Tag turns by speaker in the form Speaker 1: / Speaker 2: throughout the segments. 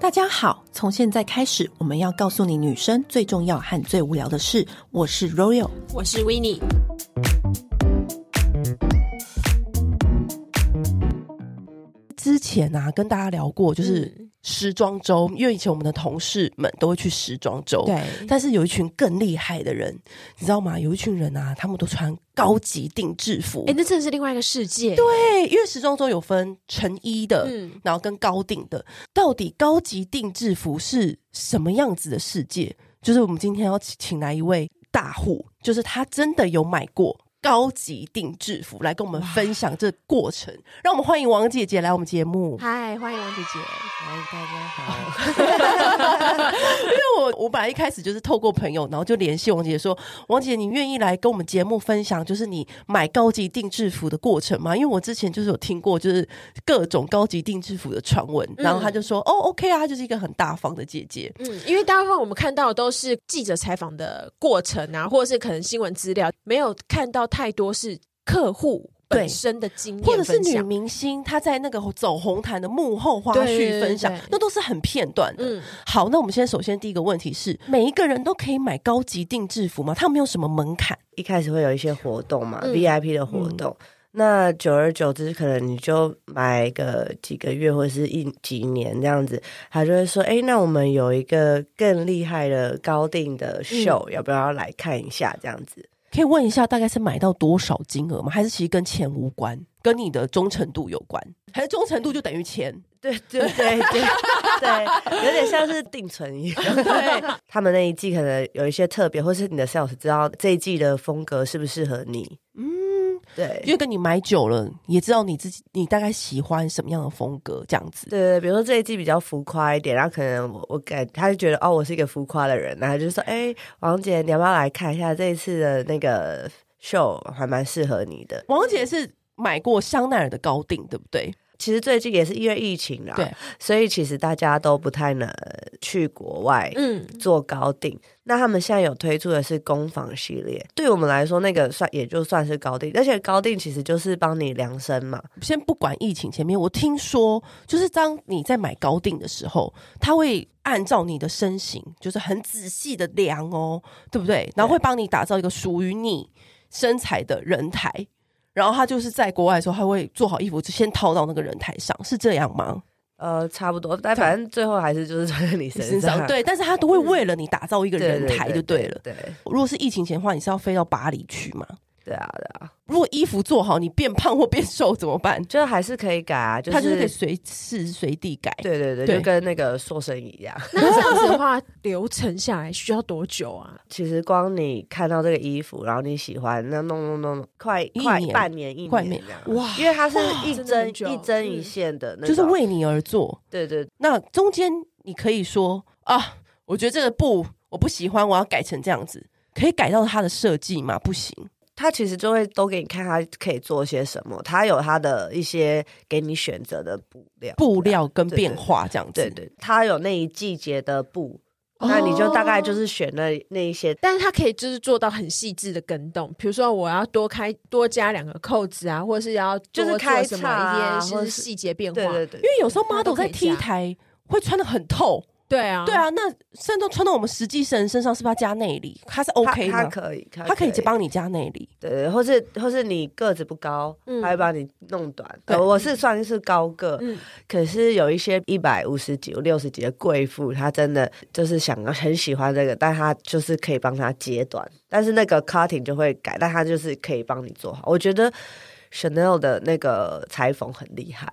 Speaker 1: 大家好，从现在开始，我们要告诉你女生最重要和最无聊的事。我是 Royal，
Speaker 2: 我是 w i n n i e
Speaker 1: 之前啊跟大家聊过，就是
Speaker 2: 嗯
Speaker 1: 时装周，因为以前我们的同事们都会去时装周，
Speaker 2: 对，
Speaker 1: 但是有一群更厉害的人，你知道吗？有一群人啊，他们都穿高级定制服。
Speaker 2: 哎，那真的是另外一个世界。
Speaker 1: 对，因为时装周有分成衣的，
Speaker 2: 嗯，
Speaker 1: 然后跟高定的，到底高级定制服是什么样子的世界？就是我们今天要请请来一位大户，就是他真的有买过。高级定制服来跟我们分享这过程，让我们欢迎王姐姐来我们节目。
Speaker 2: 嗨，欢迎王姐姐。嗨，大家好。
Speaker 1: 因为我我本来一开始就是透过朋友，然后就联系王姐姐说：“王姐，你愿意来跟我们节目分享，就是你买高级定制服的过程吗？”因为我之前就是有听过，就是各种高级定制服的传闻，然后她就说：“哦，OK 啊，她就是一个很大方的姐姐。”
Speaker 2: 嗯，因为大部分我们看到的都是记者采访的过程啊，或者是可能新闻资料，没有看到太多是客户
Speaker 1: 对
Speaker 2: 本身的经验
Speaker 1: 或者是
Speaker 2: 分
Speaker 1: 女
Speaker 2: 享。
Speaker 1: 明星，她在那个走红毯的幕后花
Speaker 2: 对对
Speaker 1: 絮
Speaker 2: 对
Speaker 1: 分享
Speaker 2: 对，
Speaker 1: 那都是很片段的。
Speaker 2: 嗯，
Speaker 1: 好，那我们现在首先第一个问题是，每一个人都可以买高级定制服吗？它没有什么门槛？
Speaker 3: 一开始会有一些活动嘛、
Speaker 2: 嗯
Speaker 3: v i p 的活动。那久而久之，可能你就买个几个月或者是一几年这样子，他就会说：“哎、那我们有一个更厉害的高定
Speaker 2: 嗯
Speaker 3: 的秀，要不要来看一下？”这样子，
Speaker 1: 可以问一下，大概是买到多少金额吗？还是其实跟钱无关，跟你的忠诚度有关？还是忠诚度就等于钱？
Speaker 3: 对对对对 对，有点像是定存一样。 对，他们那一季可能有一些特别，或是你的 sales 知道这一季的风格适不适合你。
Speaker 1: 嗯，
Speaker 3: 对，
Speaker 1: 因为跟你买久了，也知道你自己你大概喜欢什么样的风格，这样子。
Speaker 3: 对对，比如说这一季比较浮夸一点，然后可能我我感他就觉得哦，我是一个浮夸的人，然后他就说哎，王姐你要不要来看一下这一次的那个秀，还蛮适合你的。
Speaker 1: 王姐是买过香奈儿的高定，对不对？
Speaker 3: 其实最近也是因为疫情啦，
Speaker 1: 对，
Speaker 3: 所以其实大家都不太能去国外。
Speaker 2: 嗯，
Speaker 3: 做高定，那他们现在有推出的是工坊系列，对我们来说那个算也就算是高定，而且高定其实就是帮你量身嘛，
Speaker 1: 先不管疫情前面，我听说就是当你在买高定的时候，他会按照你的身形，就是很仔细的量哦，对不对？然后会帮你打造一个属于你身材的人台。然后他就是在国外的时候，他会做好衣服，就先套到那个人台上，是这样吗？
Speaker 3: 呃，差不多，但反正最后还是就是穿在你身上，
Speaker 1: 对，但是他都会为了你打造一个
Speaker 3: 对，
Speaker 1: 人台就对了。
Speaker 3: 对对
Speaker 1: 如果是疫情前的话，你是要飞到巴黎去吗？
Speaker 3: 对啊对啊。
Speaker 1: 如果衣服做好，你变胖或变瘦怎么办？
Speaker 3: 就还是可以改啊，就是
Speaker 1: 他就是可以随时随地改。
Speaker 3: 对对对，
Speaker 1: 对
Speaker 3: 就跟那个塑身一样。
Speaker 2: 那这样子的话，流程下来需要多久啊？
Speaker 3: 其实光你看到这个衣服，然后你喜欢，那弄弄弄，弄快
Speaker 1: 一
Speaker 3: 快
Speaker 1: 年
Speaker 3: 半年一
Speaker 1: 快
Speaker 3: 年
Speaker 1: 年
Speaker 3: 这样。
Speaker 2: 哇
Speaker 3: 因为它是
Speaker 2: 哇
Speaker 3: 一
Speaker 2: 真的
Speaker 3: 针
Speaker 2: 很久
Speaker 3: 一针一
Speaker 2: 嗯
Speaker 3: 线的那
Speaker 1: 就
Speaker 3: 种，
Speaker 1: 是为你而做。
Speaker 3: 对对对
Speaker 1: 那中间你可以说啊，我觉得这个布我不喜欢，我要改成这样子，可以改到它的设计吗？不行，
Speaker 3: 它其实就会都给你看它可以做些什么，它有它的一些给你选择的布料，
Speaker 1: 布料跟
Speaker 3: 对对
Speaker 1: 变化这样子。
Speaker 3: 对对，它有那一季节的布，
Speaker 2: 哦
Speaker 3: 那你就大概就是选那那一些
Speaker 2: 但是它可以就是做到很细致的跟动，比如说我要多开多加两个扣子啊，或者是要多
Speaker 3: 就是开
Speaker 2: 做什
Speaker 3: 叉啊
Speaker 2: 么一些
Speaker 3: 或
Speaker 2: 就是
Speaker 3: 者是
Speaker 2: 细节变化，
Speaker 3: 对对对
Speaker 1: 因，为有时候
Speaker 2: 那都
Speaker 1: model
Speaker 2: 可
Speaker 1: 在
Speaker 2: 以
Speaker 1: T
Speaker 2: 加
Speaker 1: 台会穿的很透，
Speaker 2: 对啊，
Speaker 1: 对，啊，那甚至穿到我们实际身身上是不是要加内里？它是 OK
Speaker 3: 它它
Speaker 1: 吗？
Speaker 3: 可以，
Speaker 1: 它可以帮你加内里，
Speaker 3: 对对，或是或是你个子不高，
Speaker 2: 嗯
Speaker 3: 他会帮你弄短。
Speaker 1: 对
Speaker 3: 呃我是算是高个，
Speaker 2: 嗯
Speaker 3: 可是有一些一百五十几、六十几的贵妇，她真的就是想要很喜欢这个，但她就是可以帮她截短，但是那个 cutting 就会改，但她就是可以帮你做好。我觉得 Chanel 的那个裁缝很厉害，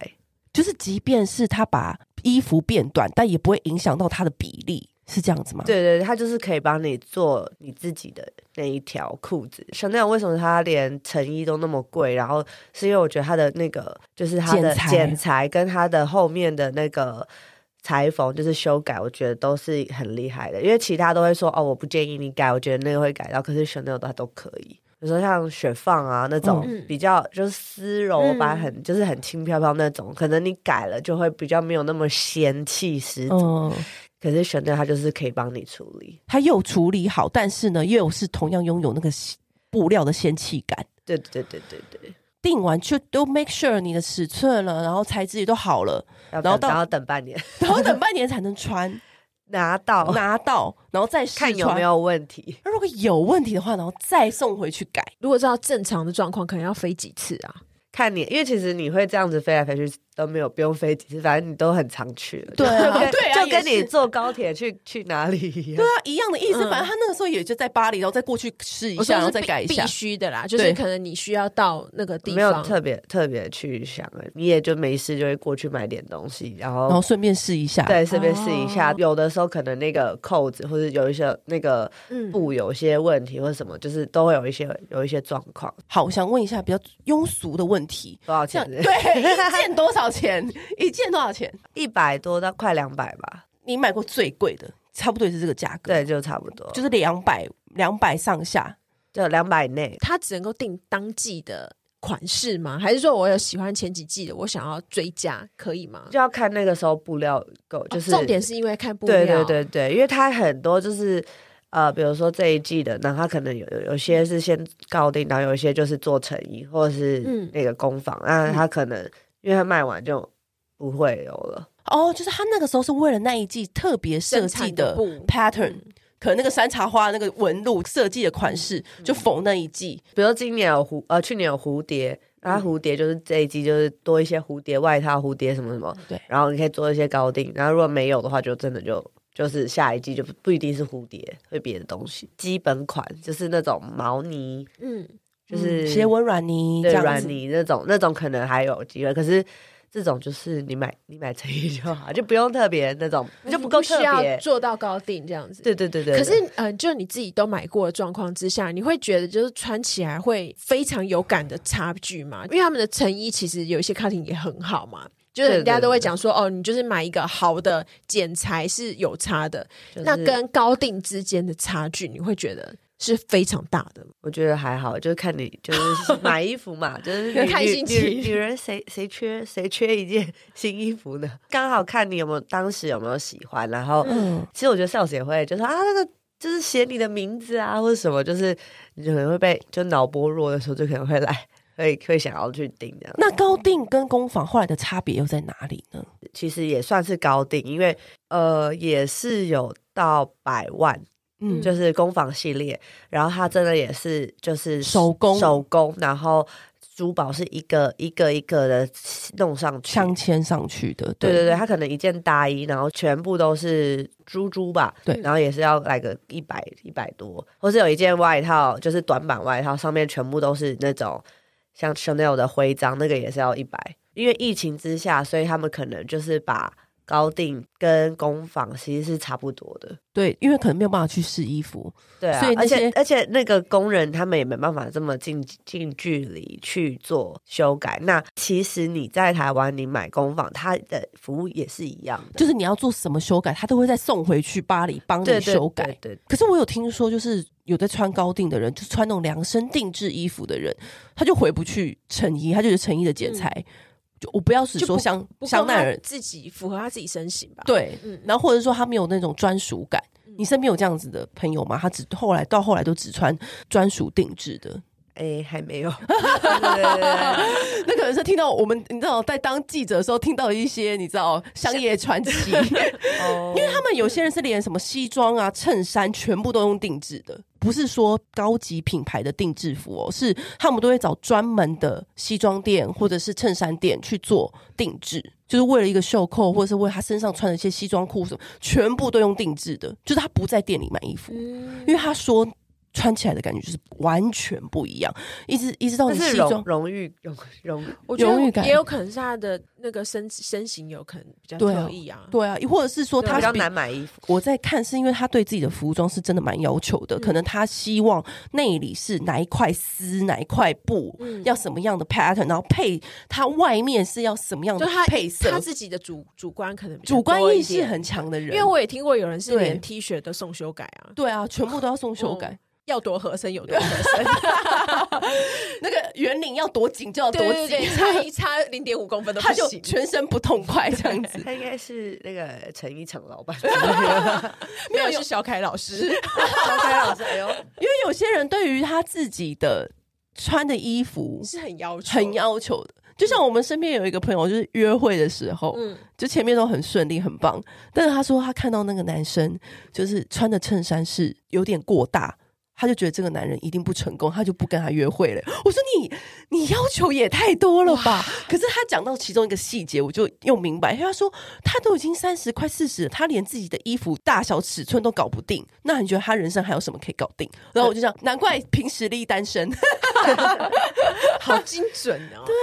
Speaker 1: 就是即便是他把衣服变短，但也不会影响到它的比例，是这样子吗？
Speaker 3: 对对，对她就是可以帮你做你自己的那一条裤子。Chanel 为什么她连成衣都那么贵？然后是因为我觉得她的那个就是她的
Speaker 1: 剪裁
Speaker 3: 剪裁跟她的后面的那个。裁缝就是修改，我觉得都是很厉害的，因为其他都会说哦，我不建议你改，我觉得那个会改到，可是 Chanel 它都可以。比如说像雪放啊那种、
Speaker 2: 嗯
Speaker 3: 比较就是丝柔版
Speaker 2: 嗯
Speaker 3: 很、就是很轻飘飘那种，可能你改了就会比较没有那么仙气十足。
Speaker 1: 嗯，
Speaker 3: 可是选择它就是可以帮你处理。
Speaker 1: 它又处理好，但是呢，又是同样拥有那个布料的仙气感。
Speaker 3: 对对对对对，
Speaker 1: 定完就都 make sure 你的尺寸了，然后材质也都好了，
Speaker 3: 要
Speaker 1: 然后
Speaker 3: 等
Speaker 1: 到
Speaker 3: 然后等半年
Speaker 1: 然后等半年才能穿
Speaker 3: 拿到，
Speaker 1: 拿到，然后再试
Speaker 3: 看有
Speaker 1: 穿
Speaker 3: 没。有问题。
Speaker 1: 那如果有问题的话，然后再送回去改。
Speaker 2: 如果知道正常的状况，可能要飞几次啊？
Speaker 3: 看你，因为其实你会这样子飞来飞去都没有不用飞几次，反正你都很常去了。
Speaker 1: 对啊
Speaker 3: 就跟
Speaker 1: 对啊
Speaker 3: 就跟
Speaker 1: 也
Speaker 3: 你
Speaker 1: 是
Speaker 3: 坐高铁去去哪里一样
Speaker 1: 对。啊，一样的意思。
Speaker 2: 嗯
Speaker 1: 反正他那个时候也就在巴黎，然后再过去试一
Speaker 2: 我
Speaker 1: 下，
Speaker 2: 说
Speaker 1: 然后
Speaker 2: 是
Speaker 1: 再
Speaker 2: 必
Speaker 1: 改一下
Speaker 2: 必。须的啦，就
Speaker 1: 对
Speaker 2: 是可能你需要到那个地
Speaker 3: 没有
Speaker 2: 方，
Speaker 3: 特别特别去想了，你也就没事就会过去买点东西，然后
Speaker 1: 然后顺便试一下，
Speaker 3: 对，顺便试一下。
Speaker 2: 哦
Speaker 3: 有的时候可能那个扣子或者有一些那个
Speaker 2: 嗯
Speaker 3: 布有一些问题或者什么，就是都会有一些有一些状况。
Speaker 1: 好，想问一下比较庸俗的问题，
Speaker 3: 多少
Speaker 1: 像
Speaker 3: 钱？
Speaker 1: 对一件多少钱？一件多少钱？
Speaker 3: 一百多到快两百吧，
Speaker 1: 你买过最贵的，差不多也是这个价格，，
Speaker 3: 对，就差不多，
Speaker 1: 就是两百两百上下。
Speaker 3: 就两百内。
Speaker 2: 它只能够定当季的款式吗？还是说我有喜欢前几季的，我想要追加，可以吗？
Speaker 3: 就要看那个时候布料够，就是、
Speaker 2: 哦重点是因为看布料，
Speaker 3: 对对对对，因为它很多就是呃，比如说这一季的，那它可能有有有些是先告定，然后有一些就是做成衣或者是
Speaker 2: 嗯
Speaker 3: 那个工坊，那它可能因为它卖完就不会有了。
Speaker 1: 哦，就是他那个时候是为了那一季特别设
Speaker 2: 生
Speaker 1: 计
Speaker 2: 产
Speaker 1: 的
Speaker 2: 布
Speaker 1: pattern，可
Speaker 3: 嗯
Speaker 1: 能那个山茶花那个纹路设计的款式
Speaker 3: 嗯
Speaker 1: 就缝那一季。
Speaker 3: 比如说今年有蝴呃，去年有蝴蝶，然
Speaker 2: 嗯
Speaker 3: 后蝴蝶就是这一季就是多一些蝴蝶外套、蝴蝶什么什么，
Speaker 1: 对
Speaker 3: 然后你可以做一些高定，然后如果没有的话，就真的就。就是下一季就不不一定是蝴蝶，会别的东西。基本款就是那种毛呢，
Speaker 2: 嗯，
Speaker 3: 就是
Speaker 1: 斜纹软泥这
Speaker 3: 对
Speaker 1: 样
Speaker 3: 软
Speaker 1: 子，
Speaker 3: 泥那种，那种可能还有机会，可是这种就是你买你买成衣就好，就不用特别那种，就不够
Speaker 2: 需
Speaker 3: 特
Speaker 2: 要
Speaker 3: 别。
Speaker 2: 做到高定这样子。
Speaker 3: 对对对对，
Speaker 2: 可是，嗯、就你自己都买过的状况之下，你会觉得就是穿起来会非常有感的差距吗？因为他们的成衣其实有一些 cutting 也很好嘛，就是
Speaker 3: 对
Speaker 2: 人家
Speaker 3: 对
Speaker 2: 都会
Speaker 3: 对
Speaker 2: 讲说，哦，你就是买一个好的剪裁是有差的，
Speaker 3: 就是
Speaker 2: 那跟高定之间的差距，你会觉得是非常大的吗。
Speaker 3: 我觉得还好，就是看你就是 买衣服嘛，就是女
Speaker 2: 看
Speaker 3: 女
Speaker 2: 心
Speaker 3: 女
Speaker 2: 情
Speaker 3: 女人谁谁缺谁缺一件新衣服呢？刚好看你有没有当时有没有喜欢，然后
Speaker 1: 嗯，
Speaker 3: 其实我觉得 sales 也会就是啊那个。就是写你的名字啊，或者什么，就是你可能会被就脑波弱的时候，就可能会来，会会想要去订这样。
Speaker 1: 那高定跟工坊后来的差别又在哪里呢？
Speaker 3: 其实也算是高定，因为呃也是有到百万，
Speaker 1: 嗯，
Speaker 3: 就是工坊系列，然后它真的也是就是
Speaker 1: 手工
Speaker 3: 手工，然后珠宝是一个一个一个的弄上去。
Speaker 1: 镶嵌上去的，
Speaker 3: 对对对，它可能一件大衣，然后全部都是珠珠吧，
Speaker 1: 对
Speaker 3: 然后也是要来个一百一百多，或是有一件外套，就是短版外套，上面全部都是那种像 Chanel 的徽章，那个也是要一百。因为疫情之下，所以他们可能就是把高定跟工坊其实是差不多的，
Speaker 1: 对，因为可能没有办法去试衣服，
Speaker 3: 对啊，
Speaker 1: 所以那
Speaker 3: 而
Speaker 1: 些
Speaker 3: 且而且那个工人他们也没办法这么近近距离去做修改。那其实你在台湾你买工坊，它的服务也是一样的，
Speaker 1: 就是你要做什么修改，他都会再送回去巴黎帮
Speaker 3: 对
Speaker 1: 你
Speaker 3: 对
Speaker 1: 修改。
Speaker 3: 对对
Speaker 1: 可是我有听说，就是有在穿高定的人，就是穿那种量身定制衣服的人，他就回不去成衣，他就是成衣的
Speaker 3: 嗯
Speaker 1: 剪裁。就我不要只
Speaker 2: 就
Speaker 1: 说
Speaker 2: 不
Speaker 1: 香
Speaker 2: 不
Speaker 1: 香
Speaker 2: 过
Speaker 1: 奈
Speaker 2: 他
Speaker 1: 儿，
Speaker 2: 自己符合他自己身形吧？，
Speaker 1: 对，
Speaker 2: 嗯，
Speaker 1: 然后或者说他没有那种专属感。
Speaker 2: 嗯
Speaker 1: 你身边有这样子的朋友吗？他只后来到后来都只穿专属定制的，
Speaker 3: 哎，还没 有。对对对对
Speaker 1: 那可能是听到我们你知道在当记者的时候听到一些你知道商业传奇，
Speaker 3: 对 哦
Speaker 1: 因为他们有些人是连什么西装啊、衬衫全部都用定制的，不是说高级品牌的定制服哦，是他们都会找专门的西装店或者是衬衫店去做定制，就是为了一个袖扣，或者是为他身上穿的一些西装裤什么，全部都用定制的，就是他不在店里买衣服，
Speaker 2: 嗯
Speaker 1: 因为他说。穿起来的感觉就是完全不一样，一直一直到
Speaker 3: 那
Speaker 1: 你
Speaker 3: 是
Speaker 1: 西
Speaker 3: 荣
Speaker 1: 装，
Speaker 3: 荣誉荣 荣誉
Speaker 2: 我觉得
Speaker 1: 荣誉感
Speaker 2: 也有可能是他的那个身身形有可能比较
Speaker 1: 对啊
Speaker 2: 特意啊，
Speaker 1: 对啊，或者是说他
Speaker 3: 比较
Speaker 1: 比
Speaker 3: 难买衣服。
Speaker 1: 我在看是因为他对自己的服装是真的蛮要求的，可
Speaker 2: 嗯
Speaker 1: 能他希望内里是哪一块丝、哪一块布，
Speaker 2: 嗯
Speaker 1: 要什么样的 pattern，然后配它外面是要什么样的
Speaker 2: 就他
Speaker 1: 哦配
Speaker 2: 他
Speaker 1: 色，
Speaker 2: 自己的主主观可能比较
Speaker 1: 主观
Speaker 2: 多一
Speaker 1: 意识
Speaker 2: 点
Speaker 1: 很强的人。
Speaker 2: 因为我也听过有人是
Speaker 1: 对
Speaker 2: 连 T 恤都送修改啊，
Speaker 1: 对啊，全部都要送修改，
Speaker 2: 要多合身有多合身，
Speaker 1: 那个圆领要多紧就要多
Speaker 2: 对对对，
Speaker 1: 紧，
Speaker 2: 差一差零点五公分都不
Speaker 1: 他就
Speaker 2: 行。
Speaker 1: 全身不痛快这样子。
Speaker 3: 他应该是那个成衣厂老 板，
Speaker 2: 没有是小凯老师，
Speaker 3: 张开老师，哎呦，
Speaker 1: 因为有些人对于他自己的穿的衣服
Speaker 2: 你是嗯很要求，
Speaker 1: 很，要求的。就像我们身边有一个朋友，就是约会的时候，
Speaker 2: 嗯，
Speaker 1: 就前面都很顺利，很棒。但是他说他看到那个男生，就是穿的衬衫是有点过大，他就觉得这个男人一定不成功，他就不跟他约会了。我说你你要求也太多了吧？可是他讲到其中一个细节，我就又明白，因为他说他都已经三十快四十，他连自己的衣服大小尺寸都搞不定，那你觉得他人生还有什么可以搞定？然后我就想，难怪凭实力单身。
Speaker 2: 好精准哦。对，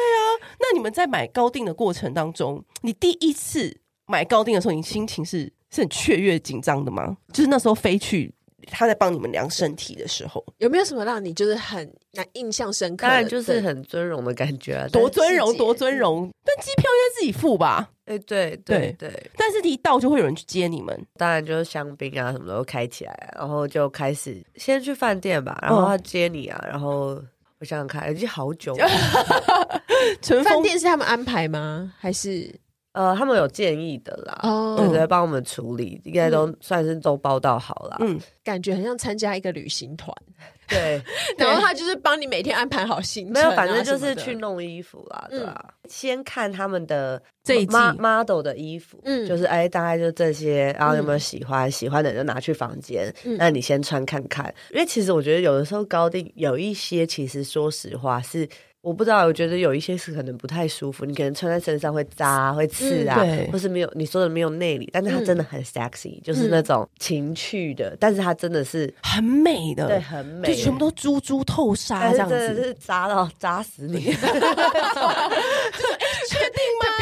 Speaker 1: 那你们在买高定的过程当中，你第一次买高定的时候，你心情是是很雀跃、紧张的吗？就是那时候飞去，他在帮你们量身体的时候，
Speaker 2: 有没有什么让你就是很难印象深刻的？
Speaker 3: 当然就是很尊荣的感觉啊。
Speaker 1: 多尊
Speaker 2: 世
Speaker 1: 荣，
Speaker 2: 界
Speaker 1: 多尊荣。但机票应该自己付吧？
Speaker 3: 哎，对对对，
Speaker 1: 但是一到就会有人去接你们，
Speaker 3: 当然就是香槟啊什么的都开起来啊，然后就开始先去饭店吧，
Speaker 1: 嗯
Speaker 3: 然后他接你啊，然后我想想看，已经好 久了。
Speaker 1: 乘
Speaker 2: 饭
Speaker 1: 风
Speaker 2: 店是他们安排吗？还是
Speaker 3: 呃，他们有建议的啦，
Speaker 2: 哦
Speaker 1: 嗯
Speaker 3: 对对，帮我们处理，应该都算是都包到好啦。
Speaker 1: 嗯，
Speaker 2: 感觉很像参加一个旅行团，
Speaker 3: 对，
Speaker 2: 然后他就是帮你每天安排好行程、啊
Speaker 3: 没有，
Speaker 1: 啊
Speaker 3: 反正就是去，弄衣服啦，
Speaker 2: 嗯
Speaker 3: 对啊，先看他们的
Speaker 1: 这一季
Speaker 3: mo- model 的衣服，
Speaker 2: 嗯
Speaker 3: 就是哎，大概就这些，然后有没有
Speaker 2: 嗯
Speaker 3: 喜欢？喜欢的就拿去房间，
Speaker 2: 嗯
Speaker 3: 那你先穿看看。因为其实我觉得有的时候高定有一些，其实说实话是。我不知道，我觉得有一些是可能不太舒服，你可能穿在身上会扎啊、会刺啊，
Speaker 1: 嗯对嗯
Speaker 3: 或是没有你说的没有内里，但是它
Speaker 2: 嗯
Speaker 3: 真的很 sexy，、就是那种情趣的，但是它真的是
Speaker 1: 很美
Speaker 3: 对
Speaker 1: 的，
Speaker 3: 很美，
Speaker 1: 就全部都珠珠透沙
Speaker 3: 但
Speaker 1: 这
Speaker 3: 是
Speaker 1: 样
Speaker 3: 真的
Speaker 1: 子，
Speaker 3: 是扎到扎死 你。
Speaker 2: 确定吗？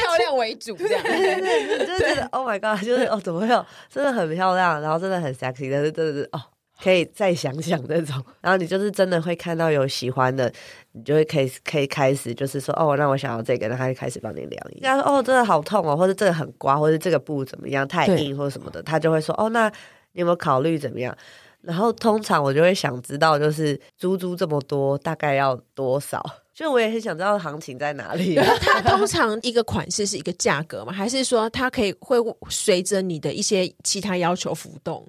Speaker 2: 漂亮为 主这样。
Speaker 3: 对对对，你就觉得 Oh my God，就是哦，怎么会有真的很漂亮，然后真的很 sexy，但是真的是哦，可以再想想那种。 然后你就是真的会看到有喜欢的，你就会可以可以开始就是说哦，那我想要这个，然后他就开始帮你量。然后说哦，这个好痛哦，或者这个很刮，或者这个布怎么样太
Speaker 1: 对
Speaker 3: 硬或者什么的，他就会说哦，那你有没有考虑怎么样？然后通常我就会想知道，就是猪猪这么多，大概要多少？就我也很想知道行情在哪里。啊
Speaker 2: 它通常一个款式是一个价格吗？还是说它可以会随着你的一些其他要求浮动？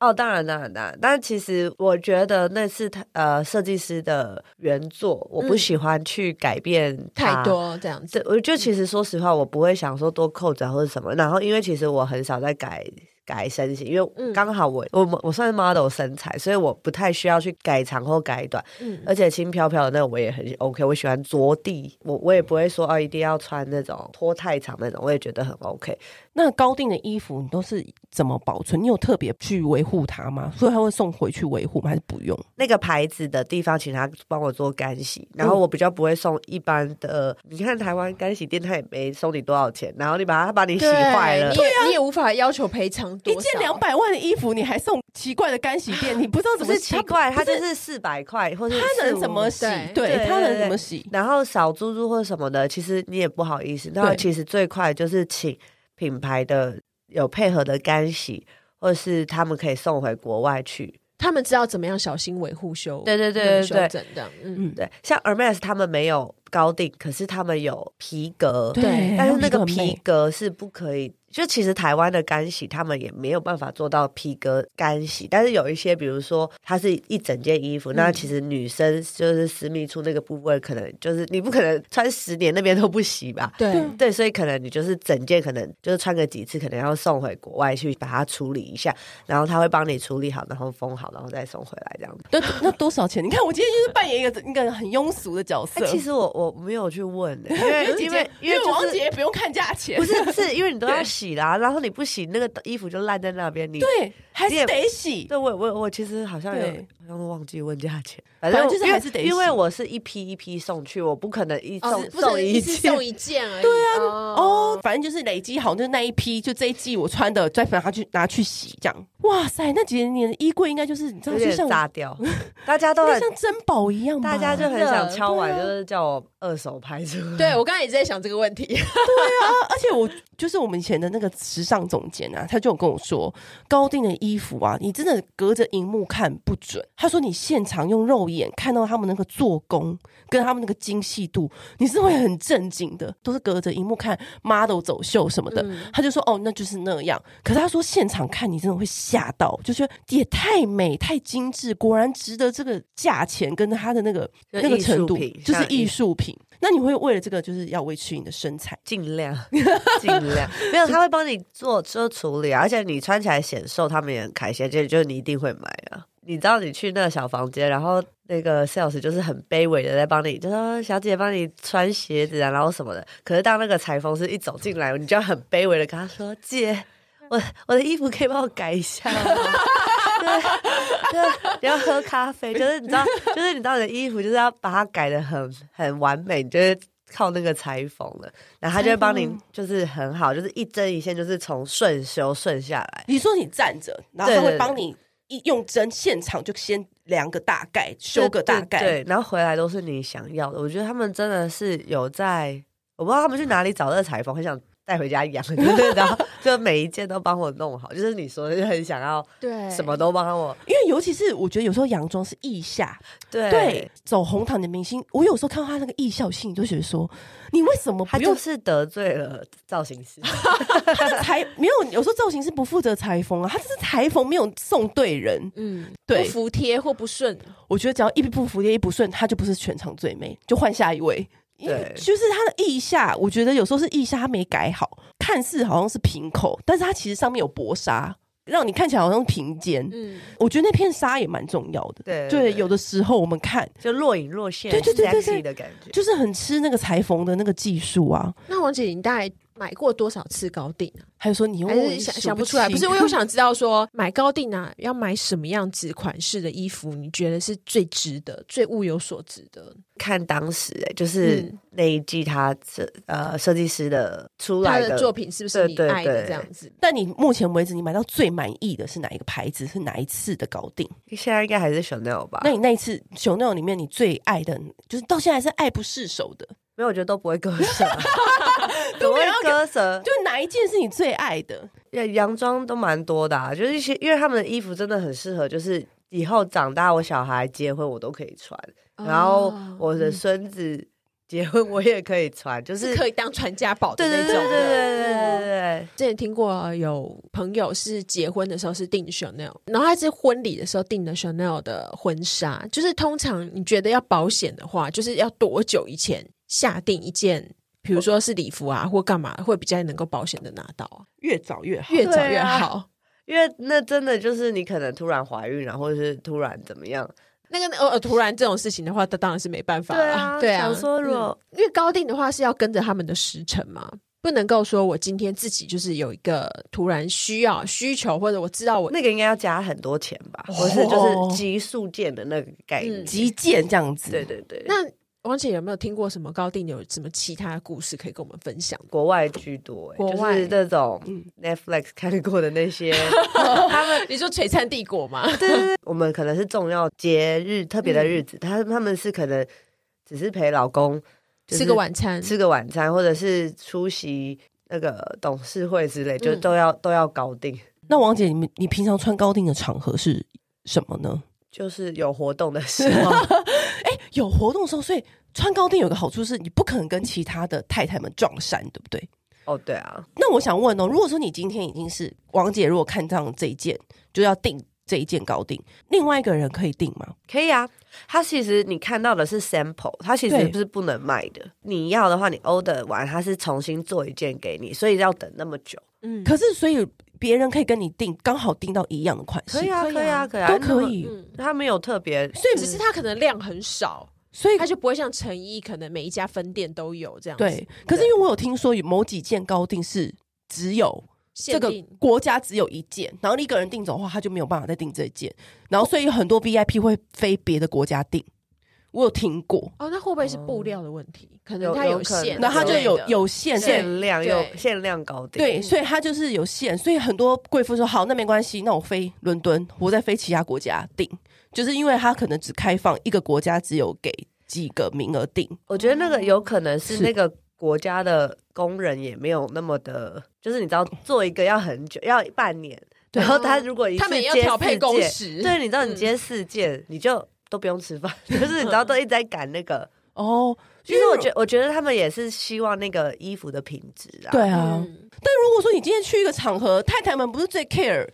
Speaker 3: 哦，当然，当然，当然。但其实我觉得那是他呃设计师的原作，我不
Speaker 2: 嗯
Speaker 3: 喜欢去改变它
Speaker 2: 太。多这样子
Speaker 3: 对，我就其实说实话，我不会想说多扣着或者什么。然后，因为其实我很少在改改身形，因为
Speaker 2: 嗯
Speaker 3: 刚好我、我我算是 model 身材，所以我不太需要去改长或改短。
Speaker 2: 嗯
Speaker 3: 而且轻飘飘的那个我也很 OK，我喜欢着地，我我也不会说哦一定要穿那种拖太长那种，我也觉得很 OK。
Speaker 1: 那高定的衣服你都是怎么保存？你有特别去维护它吗？所以他会送回去维护吗？还是不用？
Speaker 3: 那个牌子的地方，请他帮我做干洗，然后我比较不会送一般的。你看台湾干洗店，他也没收你多少钱，然后你把它把你洗坏了
Speaker 2: 你。也你也无法要求赔偿多
Speaker 1: 一
Speaker 2: 少，
Speaker 3: 啊
Speaker 1: 件两百万的衣服，你还送奇怪的干洗店，你不知道
Speaker 3: 不
Speaker 1: 怎么
Speaker 3: 是
Speaker 1: 洗
Speaker 3: 奇怪，它就是四百块，或者
Speaker 1: 他能怎么洗？
Speaker 2: 对
Speaker 1: 对
Speaker 3: 对
Speaker 1: 他能
Speaker 3: 对
Speaker 1: 怎么洗？
Speaker 3: 然后少猪猪或什么的，其实你也不好意思。那
Speaker 1: 对
Speaker 3: 其实最快就是请品牌的有配合的干洗，或者是他们可以送回国外去。
Speaker 2: 他们知道怎么样小心维护修，
Speaker 3: 对对对对
Speaker 2: 修
Speaker 3: 对
Speaker 2: 整这样，嗯，
Speaker 1: 嗯，
Speaker 3: 对，像 Hermes 他们没有高定，可是他们有皮革，
Speaker 1: 对
Speaker 3: 但是
Speaker 1: 他们皮
Speaker 3: 那
Speaker 1: 革
Speaker 3: 哎个
Speaker 1: 很
Speaker 3: 皮
Speaker 1: 美
Speaker 3: 革是不可以，就其实台湾的干洗他们也没有办法做到皮革干洗，但是有一些，比如说它是一整件衣服，那其实女生就是私密处那个部位，可能就是你不可能穿十年那边都不洗吧。
Speaker 2: 对。
Speaker 3: 对，所以可能你就是整件，可能就是穿个几次，可能要送回国外去把它处理一下，然后他会帮你处理好，然后封好，然后再送回来这样子。
Speaker 1: 那那多少钱？你看我今天就是扮演一个一个很庸俗的角色
Speaker 3: 哎，，其实我我没有去问、欸，因为因为因
Speaker 1: 因
Speaker 3: 为
Speaker 1: 为王
Speaker 3: 就是
Speaker 1: 杰不用看价钱，
Speaker 3: 不是，是因为你都要洗啦，然后你不洗，那个衣服就烂在那边。你
Speaker 1: 对，还
Speaker 3: 你
Speaker 1: 是
Speaker 3: 也
Speaker 1: 得洗。
Speaker 3: 对我我我其实好像有
Speaker 1: 对
Speaker 3: 好像忘记问价钱，
Speaker 1: 正
Speaker 3: 反
Speaker 1: 就是
Speaker 3: 因为
Speaker 1: 还是得洗
Speaker 3: 因为我是一批一批送去，我不可能一
Speaker 2: 哦
Speaker 3: 送，
Speaker 2: 不能
Speaker 3: 送
Speaker 2: 一次
Speaker 3: 件
Speaker 2: 送。一件而已。对啊，
Speaker 1: 哦，反正就是累积好，就是那一批，就这一季我穿的，再把它去拿去洗，这样。哇塞，那几年你的衣柜应该就是你知道，
Speaker 3: 有
Speaker 1: 就
Speaker 3: 点
Speaker 1: 像
Speaker 3: 炸掉，大 家都
Speaker 1: 应该
Speaker 3: 很，
Speaker 1: 像珍宝一样吧，
Speaker 3: 大家就很想敲碗，
Speaker 2: 对
Speaker 3: 就
Speaker 2: 啊
Speaker 3: 是叫我二手拍出来。
Speaker 1: 啊
Speaker 2: 对我刚才也在想这个问题。
Speaker 1: 而且我就是我们以前的那个时尚总监啊，他就有跟我说，高定的衣服啊，你真的隔着荧幕看不准。他说你现场用肉眼看到他们那个做工跟他们那个精细度，你是会很震惊
Speaker 3: 嗯
Speaker 1: 的。都是隔着荧幕看 model 走秀什么的，
Speaker 2: 嗯
Speaker 1: 他就说哦，那就是那样。可是他说现场看你真的会吓到，就觉得也太美太精致，果然值得这个价钱跟它的那个
Speaker 3: 就
Speaker 1: 那个
Speaker 3: 艺术
Speaker 1: 程度
Speaker 3: 品，嗯
Speaker 1: 就是
Speaker 3: 像
Speaker 1: 艺
Speaker 3: 艺
Speaker 1: 术品。那你会为了这个就是要维持你的身材？
Speaker 3: 尽量尽量没有，他会帮你做做处理啊，而且你穿起来显瘦，他们也很开心，这就是你一定会买啊。你知道你去那个小房间，然后那个 sales 就是很卑微的在帮你，就说小姐帮你穿鞋子啊，然后什么的。可是当那个裁缝师一走进来，你就要很卑微的跟他说：“姐，我我的衣服可以帮我改一下吗？” 对，对，你要喝咖啡，就是你知道，就是你知道你的衣服就是要把它改的很很完美，你就是靠那个裁缝了。然后他就会帮你，就是很好，就是一针一线，就是从顺修顺下来。
Speaker 1: 你说你站着，然后他
Speaker 3: 对对
Speaker 1: 会
Speaker 3: 对
Speaker 1: 帮你一用针现场就先量个大概，修个大概。
Speaker 3: 对对，对然后回来都是你想要的。我觉得他们真的是有在，我不知道他们去哪里找这个裁缝，很想带回家养， 就是然后就每一件都帮我弄好，就是你说的就很想要
Speaker 2: 对，
Speaker 3: 什么都帮我，
Speaker 1: 因为尤其是我觉得有时候洋装是意下，
Speaker 3: 对，
Speaker 1: 对，走红毯的明星，我有时候看到他那个意效性，就觉得说，你为什么
Speaker 3: 他
Speaker 1: 不
Speaker 3: 就
Speaker 1: 用
Speaker 3: 是得罪了造 型师。
Speaker 1: 他的裁？没有，有时候造型师不负责裁缝啊，他是裁缝没有送对人。
Speaker 2: 嗯，
Speaker 1: 对
Speaker 2: 不服帖或不顺，
Speaker 1: 我觉得只要一不服帖一不顺，他就不是全场最美，就换下一位。因为
Speaker 3: 对
Speaker 1: 就是他的腋下，我觉得有时候是腋下他没改好，看似好像是平口，但是他其实上面有薄纱，让你看起来好像是平肩。
Speaker 2: 嗯，
Speaker 1: 我觉得那片纱也蛮重要的。
Speaker 3: 对
Speaker 1: 对，有的时候我们看
Speaker 3: 就若隐若现，
Speaker 1: 对对对对对
Speaker 3: sexy 的感觉。
Speaker 1: 就是很吃那个裁缝的那个技术啊。
Speaker 2: 那王姐，你大概买过多少次高定啊？
Speaker 1: 还有说你又
Speaker 2: 还是想想不出来？不是，我有 想知道说买高定啊，要买什么样子款式的衣服，你觉得是最值得、最物有所值的？
Speaker 3: 看当时、欸，就是
Speaker 2: 嗯
Speaker 3: 那一季他设呃设计师的出
Speaker 2: 他
Speaker 3: 来
Speaker 2: 的作品是不是你
Speaker 3: 对对
Speaker 2: 爱的
Speaker 3: 对
Speaker 2: 这样子？
Speaker 1: 但你目前为止，你买到最满意的是哪一个牌子？是哪一次的高定？
Speaker 3: 现在应该还是 Chanel 吧？
Speaker 1: 那你那一次 Chanel 里面，你最爱的，就是到现在是爱不释手的，
Speaker 3: 没有，我觉得都不会割 舍，都不会割舍。
Speaker 1: 就哪一件是你最爱的？
Speaker 3: 洋洋装都蛮多的、啊，就是一些因为他们的衣服真的很适合，就是以后长大我小孩结婚我都可以穿，然后
Speaker 2: 哦
Speaker 3: 我的
Speaker 2: 嗯
Speaker 3: 孙子结婚我也可以穿，就是
Speaker 2: 是可以当传家宝的
Speaker 3: 对
Speaker 2: 那
Speaker 3: 对
Speaker 2: 种
Speaker 3: 对对对
Speaker 2: 的哦
Speaker 3: 对对对。
Speaker 2: 之前听过有朋友是结婚的时候是订 Chanel，然后他是婚礼的时候订的 Chanel 的婚纱，就是通常你觉得要保险的话，就是要多久以前下定一件，比如说是礼服啊或干嘛，会比较能够保险的拿到啊，
Speaker 1: 越早越好。
Speaker 2: 越早
Speaker 3: 对
Speaker 2: 越
Speaker 3: 啊
Speaker 2: 好。
Speaker 3: 因为那真的就是你可能突然怀孕啊，或者是突然怎么样，
Speaker 2: 那个呃，突然这种事情的话，他当然是没办法了。对啊，
Speaker 3: 想说如果、
Speaker 2: 因为高定的话是要跟着他们的时辰嘛，不能够说我今天自己就是有一个突然需要需求，或者我知道我
Speaker 3: 那个应该要加很多钱吧，
Speaker 1: 哦
Speaker 3: 或是就是极速件的那个概念。
Speaker 2: 嗯
Speaker 1: 极简这样子，
Speaker 3: 对对对，
Speaker 2: 那王姐有没有听过什么高定有什么其他的故事可以跟我们分享？
Speaker 3: 国外居多、欸，
Speaker 2: 国外
Speaker 3: 就是这种
Speaker 1: 嗯
Speaker 3: Netflix 看过的那 些，
Speaker 2: 他们你说璀璨帝国吗？
Speaker 3: 对对对，我们可能是重要节日、特别的日子，他他们是可能只是陪老公、就是
Speaker 2: 吃个晚餐，
Speaker 3: 吃个晚餐，或者是出席那个董事会之类，就
Speaker 2: 嗯
Speaker 3: 都要、都要搞定。
Speaker 1: 那王姐，你们你平常穿高定的场合是什么呢？
Speaker 3: 就是有活动的时候，
Speaker 1: 有活动的时候，所以穿高定有个好处是，你不可能跟其他的太太们撞衫，对不对？
Speaker 3: 哦，对啊，
Speaker 1: 那我想问哦，如果说你今天已经是王姐，如果看上这一件，就要订这一件高定，另外一个人可以订吗？
Speaker 3: 可以啊。它其实你看到的是 sample，它其
Speaker 1: 对
Speaker 3: 实是不能卖的。你要的话，你 order 完，它是重新做一件给你，所以要等那么久。
Speaker 2: 嗯，
Speaker 1: 可是，所以别人可以跟你订，刚好订到一样的款式，
Speaker 3: 可以啊，
Speaker 2: 可以啊
Speaker 3: 可以啊，可以啊，
Speaker 1: 都可以。
Speaker 2: 嗯，
Speaker 3: 那么。它没有特别，嗯
Speaker 1: 所以
Speaker 2: 只是它可能量很少，
Speaker 1: 所以
Speaker 2: 它就不会像成衣，可能每一家分店都有这样子。
Speaker 1: 对，可是因为我有听说有某几件高定是只有这
Speaker 2: 限
Speaker 1: 个
Speaker 2: 定
Speaker 1: 国家只有一件，然后你一个人订走的话，他就没有办法再订这一件，然后所以有很多 VIP 会飞别的国家订，我有听过，
Speaker 2: 哦，那会不会是布料的问题？可能
Speaker 3: 有
Speaker 2: 它
Speaker 3: 有可
Speaker 2: 限，
Speaker 3: 能
Speaker 1: 然后他就有
Speaker 2: 对
Speaker 1: 有限
Speaker 2: 对
Speaker 1: 限。
Speaker 3: 限量
Speaker 2: 对
Speaker 3: 又限量高定。
Speaker 1: 对，所以他就是有限，所以很多贵妇说好，那没关系，那我飞伦敦，我再飞其他国家订，就是因为他可能只开放一个国家，只有给几个名额订，
Speaker 3: 我觉得那个有可能是
Speaker 1: 是
Speaker 3: 那个国家的工人也没有那么的，就是你知道做一个要很久，要半年，
Speaker 1: 对
Speaker 3: 然后他如果一
Speaker 2: 他
Speaker 3: 次
Speaker 2: 们也
Speaker 3: 接
Speaker 2: 要
Speaker 3: 四
Speaker 2: 调配工
Speaker 3: 件，
Speaker 2: 时，嗯
Speaker 3: 对，啊你知道你接四件，你就都不用吃 饭，就是你知道都一直在赶那
Speaker 2: 嗯
Speaker 3: 个。
Speaker 1: 哦。
Speaker 3: 其实我觉我觉得他们也是希望那个衣服的品质啊，
Speaker 1: 对啊，
Speaker 2: 嗯，
Speaker 1: 但如果说你今天去一个场合，太太们不是最 care，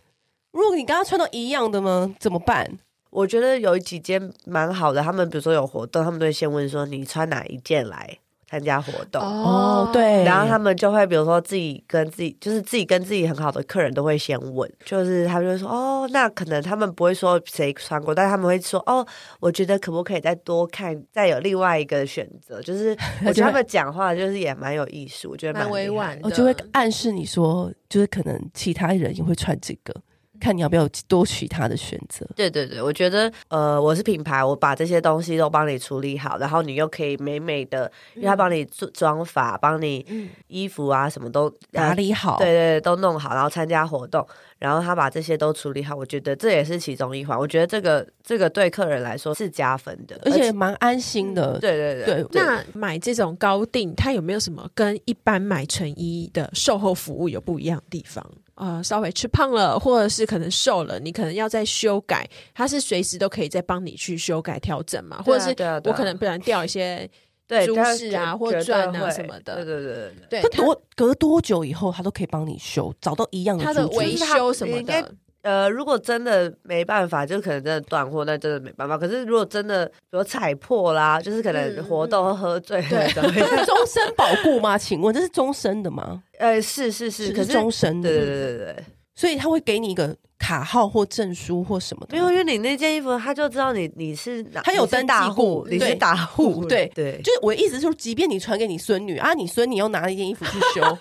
Speaker 1: 如果你跟她穿到一样的吗？怎么办？
Speaker 3: 我觉得有几间蛮好的，他们比如说有活动，他们都会先问说你穿哪一件来参加活动。
Speaker 1: 哦，，
Speaker 2: 嗯
Speaker 1: 对，
Speaker 2: 哎
Speaker 3: 然后他们就会，比如说自己跟自己，就是自己跟自己很好的客人都会先问，就是他们就会说，哦，那可能他们不会说谁穿过，但他们会说，哦，我觉得可不可以再多看，再有另外一个选 择？就是我觉得他们讲话就是也蛮有艺术，我觉得
Speaker 2: 蛮
Speaker 3: 蛮
Speaker 2: 委
Speaker 3: 厉害
Speaker 2: 婉的，
Speaker 1: 我就会暗示你说，就是可能其他人也会穿这个，看你要不要有多其他的选择。
Speaker 3: 对对对，我觉得呃，我是品牌，我把这些东西都帮你处理好，然后你又可以美美的，因为他帮你做妆法，帮你
Speaker 2: 嗯
Speaker 3: 衣服啊什么都
Speaker 1: 哪。里好？
Speaker 3: 对对对，都弄好，然后参加活动，然后他把这些都处理好，我觉得这也是其中一环。我觉得这个这个对客人来说是加分的，
Speaker 1: 而且蛮安心的。
Speaker 3: 嗯对对对
Speaker 1: 对，
Speaker 2: 那买这种高定，它有没有什么跟一般买成衣的售后服务有不一样的地方？呃，稍微吃胖了，或者是可能瘦了，你可能要再修改，它是随时都可以再帮你去修改调整嘛，或者是
Speaker 3: 对啊对啊
Speaker 2: 我可能不然掉一些，
Speaker 3: 对
Speaker 2: 珠
Speaker 3: 他
Speaker 2: 饰啊
Speaker 3: 绝
Speaker 2: 或
Speaker 3: 绝对
Speaker 2: 钻啊
Speaker 3: 会
Speaker 2: 什么的
Speaker 3: 对对对对对。
Speaker 2: 对
Speaker 3: 啊
Speaker 1: 他
Speaker 2: 它
Speaker 1: 多隔多久以后，他都可以帮你修，找到一样的
Speaker 2: 它的
Speaker 1: 珠子
Speaker 2: 维修什么
Speaker 3: 应该
Speaker 2: 的，
Speaker 3: 呃，如果真的没办法，就可能真的断货，那真的没办法。可是如果真的，比如踩破啦，就是可
Speaker 2: 嗯
Speaker 3: 能活动喝醉
Speaker 2: 对
Speaker 3: 了，怎么样
Speaker 1: 这是终身保固吗？请问这是终身的吗？
Speaker 3: 呃，是是是，可是
Speaker 1: 终嗯身的，
Speaker 3: 对对对对对，
Speaker 1: 所以他会给你一个卡号或证书或什么的
Speaker 3: 没
Speaker 1: 吗。
Speaker 3: 有，因为你那件衣服，他就知道你你是哪，
Speaker 1: 他有
Speaker 3: 你是
Speaker 1: 登记
Speaker 3: 大户
Speaker 1: 过，
Speaker 3: 你是
Speaker 1: 对
Speaker 3: 大户，
Speaker 1: 对
Speaker 3: 对，
Speaker 1: 就是我的意思，就是即便你传给你孙女啊，你孙女要拿那件衣服去 修，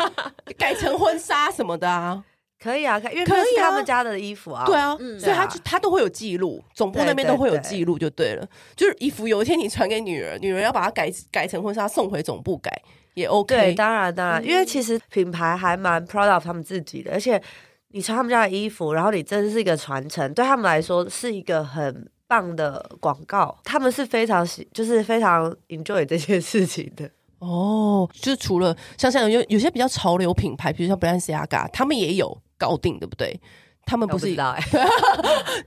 Speaker 1: 改成婚纱什么的啊，
Speaker 3: 可以啊，可以，因为
Speaker 1: 可
Speaker 3: 那是
Speaker 1: 以啊
Speaker 3: 他们家的衣服啊，
Speaker 1: 对，啊，
Speaker 2: 嗯
Speaker 1: 所以他
Speaker 3: 对
Speaker 1: 就
Speaker 3: 啊
Speaker 1: 他都会有记录，总部那边
Speaker 3: 对对
Speaker 1: 都会有记录就对了。就是衣服有一天你传给女儿，女儿要把它改改成婚纱送回总部改也 OK。
Speaker 3: 对，当然当然，
Speaker 2: 嗯
Speaker 3: 因为其实品牌还蛮 proud of 他们自己的，而且你穿他们家的衣服，然后你真是一个传承，对他们来说是一个很。棒的广告，他们是非常喜，就是非常 enjoy 这件事情的。
Speaker 1: 哦，就是除了像像有有些比较潮流品牌，比如像 Balenciaga，他们也有高定，对不对？他们哦
Speaker 3: 我
Speaker 1: 不
Speaker 3: 不
Speaker 1: 是
Speaker 3: 知道 哎、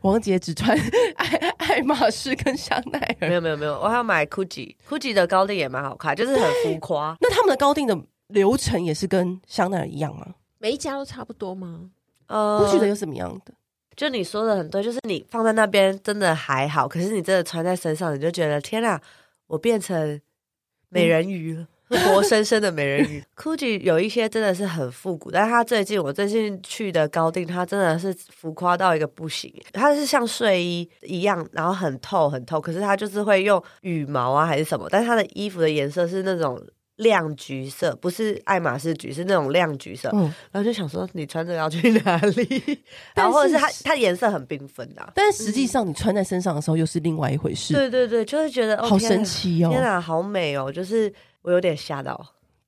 Speaker 1: 王杰只穿 爱爱马仕跟香奈
Speaker 3: 没
Speaker 1: 儿，
Speaker 3: 有没有没有，我还要买 Gucci，Gucci 的高定也蛮好看，就是很 浮夸。
Speaker 1: 那他们的高定的流程也是跟香奈儿一样吗？
Speaker 2: 每一家都差不多吗？
Speaker 3: 呃
Speaker 1: 不觉得有什么样的？
Speaker 3: 就你说的很对，就是你放在那边真的还好，可是你真的穿在身上，你就觉得天啊，我变成美人鱼了。活生生的美人 鱼，Gucci 嗯有一些真的是很复古，但是它最近我最近去的高定，它真的是浮夸到一个不行。它是像睡衣一样，然后很透很透，可是它就是会用羽毛啊还是什么，但是它的衣服的颜色是那种亮橘色，不是爱马仕橘，是那种亮橘色。
Speaker 1: 嗯，
Speaker 3: 然后就想说你穿这个要去哪里？
Speaker 1: 但
Speaker 3: 然后或者
Speaker 1: 是
Speaker 3: 是它它颜色很缤纷啊。
Speaker 1: 但是实际上你穿在身上的时候又是另外一回事，
Speaker 3: 对对对，就会觉得、哦、
Speaker 1: 好
Speaker 3: 天
Speaker 1: 神
Speaker 3: 哪！
Speaker 1: 奇哦！
Speaker 3: 天哪，好美哦！就是我有点吓到。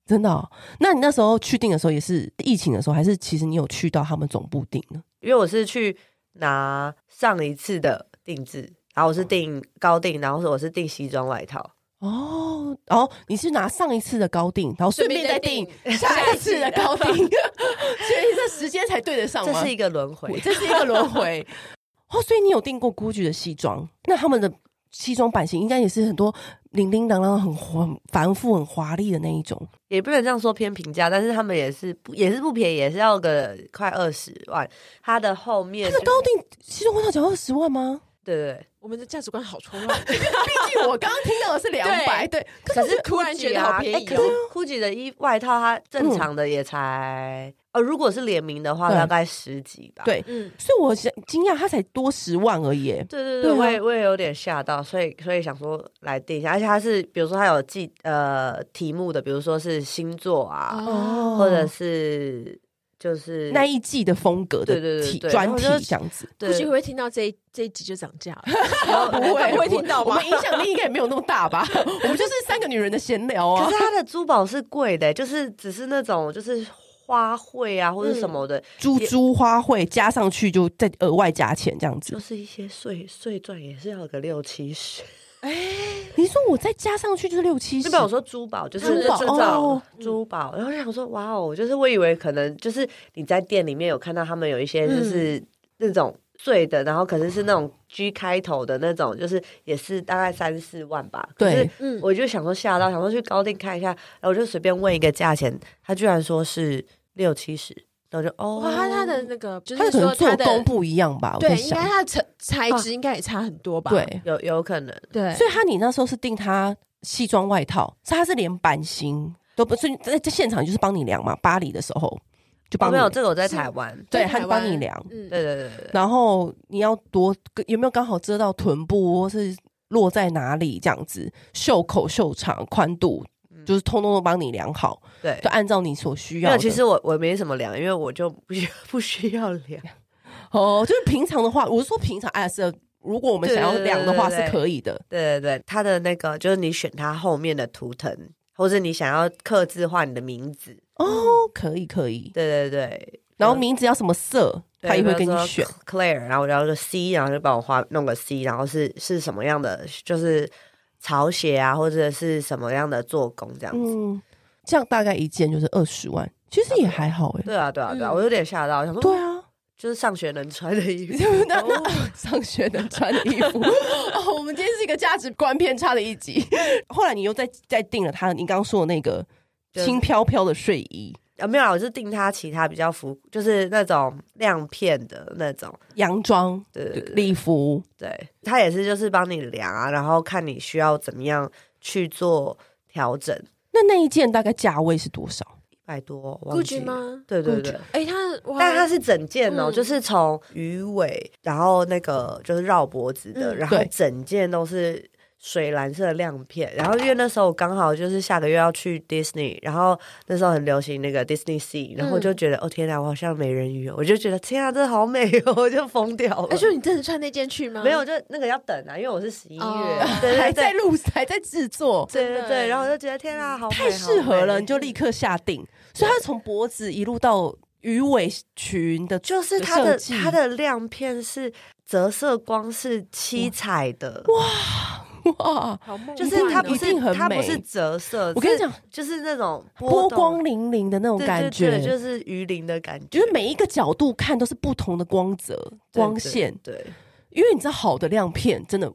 Speaker 1: 真的、哦？那你那时候去定的时候也是疫情的时候，还是其实你有去到他们总部定呢？
Speaker 3: 因为我是去拿上一次的定制，然后我是订高定，然后我是订西装外套。
Speaker 1: 哦，然后你是拿上一次的高定，然后顺便再定下一次的高 定，所以这时间才对得上
Speaker 3: 这
Speaker 1: 吗
Speaker 3: 是？一个轮回，
Speaker 1: 这是一个轮 回。哦，所以你有订过 GUCCI 的西装，那他们的西装版型应该也是很多零零琅琅、很华、很繁复、很华丽的那一种。
Speaker 3: 也不能这样说偏平价，但是他们也是不也是不便宜，也是要个快二十万。它的后面
Speaker 1: 那个高定西装外套只要二十万吗？
Speaker 3: 对对对，
Speaker 2: 我们的价值观好冲乱，
Speaker 1: 毕竟我刚刚听到的是两
Speaker 2: 200
Speaker 1: 对，
Speaker 2: 可是突然觉得好便宜
Speaker 3: 啊哎可
Speaker 2: 哦嗯
Speaker 3: 是。GUCCI 的衣外套，它正常的也才、呃，如果是联名的话，
Speaker 1: 对
Speaker 3: 大概十几吧。
Speaker 1: 对
Speaker 2: 嗯，
Speaker 1: 所以我想惊讶，它才多十万而已耶。
Speaker 3: 对
Speaker 1: 对
Speaker 3: 对对，
Speaker 1: 啊
Speaker 3: 我也我也有点吓到，所以所以想说来定一下，而且它是比如说它有记呃题目的，比如说是星座啊，
Speaker 2: 哦
Speaker 3: 或者是就是
Speaker 1: 那一季的风格的
Speaker 3: 对对对
Speaker 1: 体
Speaker 3: 对
Speaker 1: 专
Speaker 3: 然后
Speaker 1: 题
Speaker 3: 就
Speaker 1: 这样子，
Speaker 2: 估计会不
Speaker 3: 对
Speaker 2: 会听到这一这一集就涨价 了？
Speaker 3: 有
Speaker 1: 不会
Speaker 2: 哦 不会听到吧
Speaker 1: 我们影响力应该也没有那么大吧？我们就是三个女人的闲聊
Speaker 3: 可
Speaker 1: 啊
Speaker 3: 是，它的珠宝是贵的、欸就是只是那种就是花卉啊或者
Speaker 2: 嗯
Speaker 3: 什么的，
Speaker 1: 珠
Speaker 3: 也
Speaker 1: 珠花卉加上去就再额外加钱这样子
Speaker 3: 就。是一些碎碎钻也是要个六七十。
Speaker 1: 你说我再加上去就是六七十
Speaker 3: 就，表我说珠宝就是
Speaker 1: 珠宝
Speaker 3: 制造
Speaker 1: 哦
Speaker 3: 珠宝，然后我想说哇哦，就是我以为可能就是你在店里面有看到他们有一些
Speaker 1: 嗯
Speaker 3: 就是那种碎的，然后可能是那种 G 开头的那种，就是也是大概三四万吧。可是
Speaker 1: 对
Speaker 2: 嗯，
Speaker 3: 我就想说吓到，想说去高定看一下，然后我就随便问一个价钱，他居然说是六七十，然后我就哦，
Speaker 2: 哇，他他的那个就
Speaker 1: 它
Speaker 2: 是
Speaker 1: 可能
Speaker 2: 说
Speaker 1: 做
Speaker 2: 他
Speaker 1: 工
Speaker 2: 的
Speaker 1: 不一样吧？我在
Speaker 2: 对，应
Speaker 1: 想
Speaker 2: 该，他的材材
Speaker 3: 啊
Speaker 2: 质应该也差很多吧？
Speaker 1: 对，
Speaker 3: 有有可能，
Speaker 2: 对，
Speaker 1: 所以他你那时候是订他西装外套，是他是连版型都不是在在现场就是帮你量嘛？巴黎的时候就帮
Speaker 3: 哦
Speaker 1: 你
Speaker 3: 没有
Speaker 1: 量，
Speaker 3: 这个我在台湾，
Speaker 1: 对，
Speaker 2: 在台
Speaker 1: 他帮你
Speaker 2: 湾
Speaker 1: 量，
Speaker 2: 嗯，
Speaker 3: 对对对对对，
Speaker 1: 然后你要多有没有刚好遮到臀部或是落在哪里这样子，袖口、袖长、宽度，就是通通都帮你量好，
Speaker 3: 嗯对
Speaker 1: 就按照你所需
Speaker 3: 没
Speaker 1: 要
Speaker 3: 有，
Speaker 1: 的。
Speaker 3: 其实我我没什么量，因为我就不需 不需要量。
Speaker 1: 哦，就是平常的话，我是说平常哎是，如果我们想要量的话
Speaker 3: 对
Speaker 1: 是
Speaker 3: 对对对
Speaker 1: 可以的。
Speaker 3: 对对对，它的那个就是你选它后面的图腾，或者你想要刻字化你的名字。嗯
Speaker 1: 哦，可以可以。
Speaker 3: 对对对，
Speaker 1: 然后名字要什么色，
Speaker 3: 对
Speaker 1: 他也会
Speaker 3: 比
Speaker 1: 给
Speaker 3: 如
Speaker 1: 你
Speaker 3: 说
Speaker 1: 选。
Speaker 3: Claire，然后我要个 C，然后就帮我画弄个 C，然后是是什么样的，就是草写啊，或者是什么样的做工这样子。
Speaker 1: 嗯，这样大概一件就是二十万，其实也还好哎、
Speaker 3: 对啊，对啊，对啊，
Speaker 2: 嗯
Speaker 3: 我有点吓到，我想说，
Speaker 1: 对嗯啊，
Speaker 3: 就是上学能穿的衣服，
Speaker 1: 那
Speaker 2: 哦
Speaker 1: 那上学能穿的衣 服哦，我们今天是一个价值观偏差的一集。后来你又再再订了他，你刚刚说的那个
Speaker 3: 就是
Speaker 1: 轻飘飘的睡衣，
Speaker 3: 啊，没有啦，我是订它其他比较服，就是那种亮片的那种，
Speaker 1: 洋装、
Speaker 3: 对对对
Speaker 1: 礼服，
Speaker 3: 对，他也是就是帮你量啊，然后看你需要怎么样去做调整。
Speaker 1: 那那一件大概价位是多少？
Speaker 3: 一百多，忘记
Speaker 2: Gucci
Speaker 3: 了？
Speaker 2: 吗？
Speaker 3: 对对对。
Speaker 2: 哎，他哇，
Speaker 3: 但它是整件哦，
Speaker 2: 嗯
Speaker 3: 就是从鱼尾，然后那个就是绕脖子的，
Speaker 2: 嗯
Speaker 3: 然后
Speaker 1: 对
Speaker 3: 整件都是水蓝色的亮片。然后因为那时候我刚好就是下个月要去 Disney，然后那时候很流行那个 Disney
Speaker 2: 嗯
Speaker 3: Sea，然后我就觉得、哦天哪，我好像美人鱼哦，我就觉得天啊，这好美哦，我就疯掉了。
Speaker 2: 哎，就你真的穿那件去吗？
Speaker 3: 没有，就那个要等啊，因为我是十一月，
Speaker 2: 哦
Speaker 3: 对对
Speaker 1: 还
Speaker 3: 对
Speaker 1: 在，路，还在制作，
Speaker 3: 对对
Speaker 2: 真
Speaker 3: 对，
Speaker 2: 的
Speaker 3: 然后我就觉得天啊，好美
Speaker 1: 太适合了，你就立。
Speaker 3: 好美
Speaker 1: 刻下定。所以它从脖子一路到鱼尾裙的，
Speaker 3: 就是它的
Speaker 1: 设计
Speaker 3: 它的亮片是折射光是七彩的，
Speaker 1: 哇！
Speaker 2: 好梦幻哦，
Speaker 3: 就是它不
Speaker 1: 一
Speaker 3: 是
Speaker 1: 定很
Speaker 3: 它不是
Speaker 1: 美
Speaker 3: 折射，
Speaker 1: 我跟你
Speaker 3: 是
Speaker 1: 讲，
Speaker 3: 就是那种
Speaker 1: 波
Speaker 3: 动
Speaker 1: 光粼粼的那种
Speaker 3: 对
Speaker 1: 感
Speaker 3: 对
Speaker 1: 觉，
Speaker 3: 对就是鱼鳞的感觉，
Speaker 1: 就是每一个角度看都是不同的光泽、
Speaker 3: 对
Speaker 1: 光线，
Speaker 3: 对对
Speaker 1: 因为你知道好的亮片真的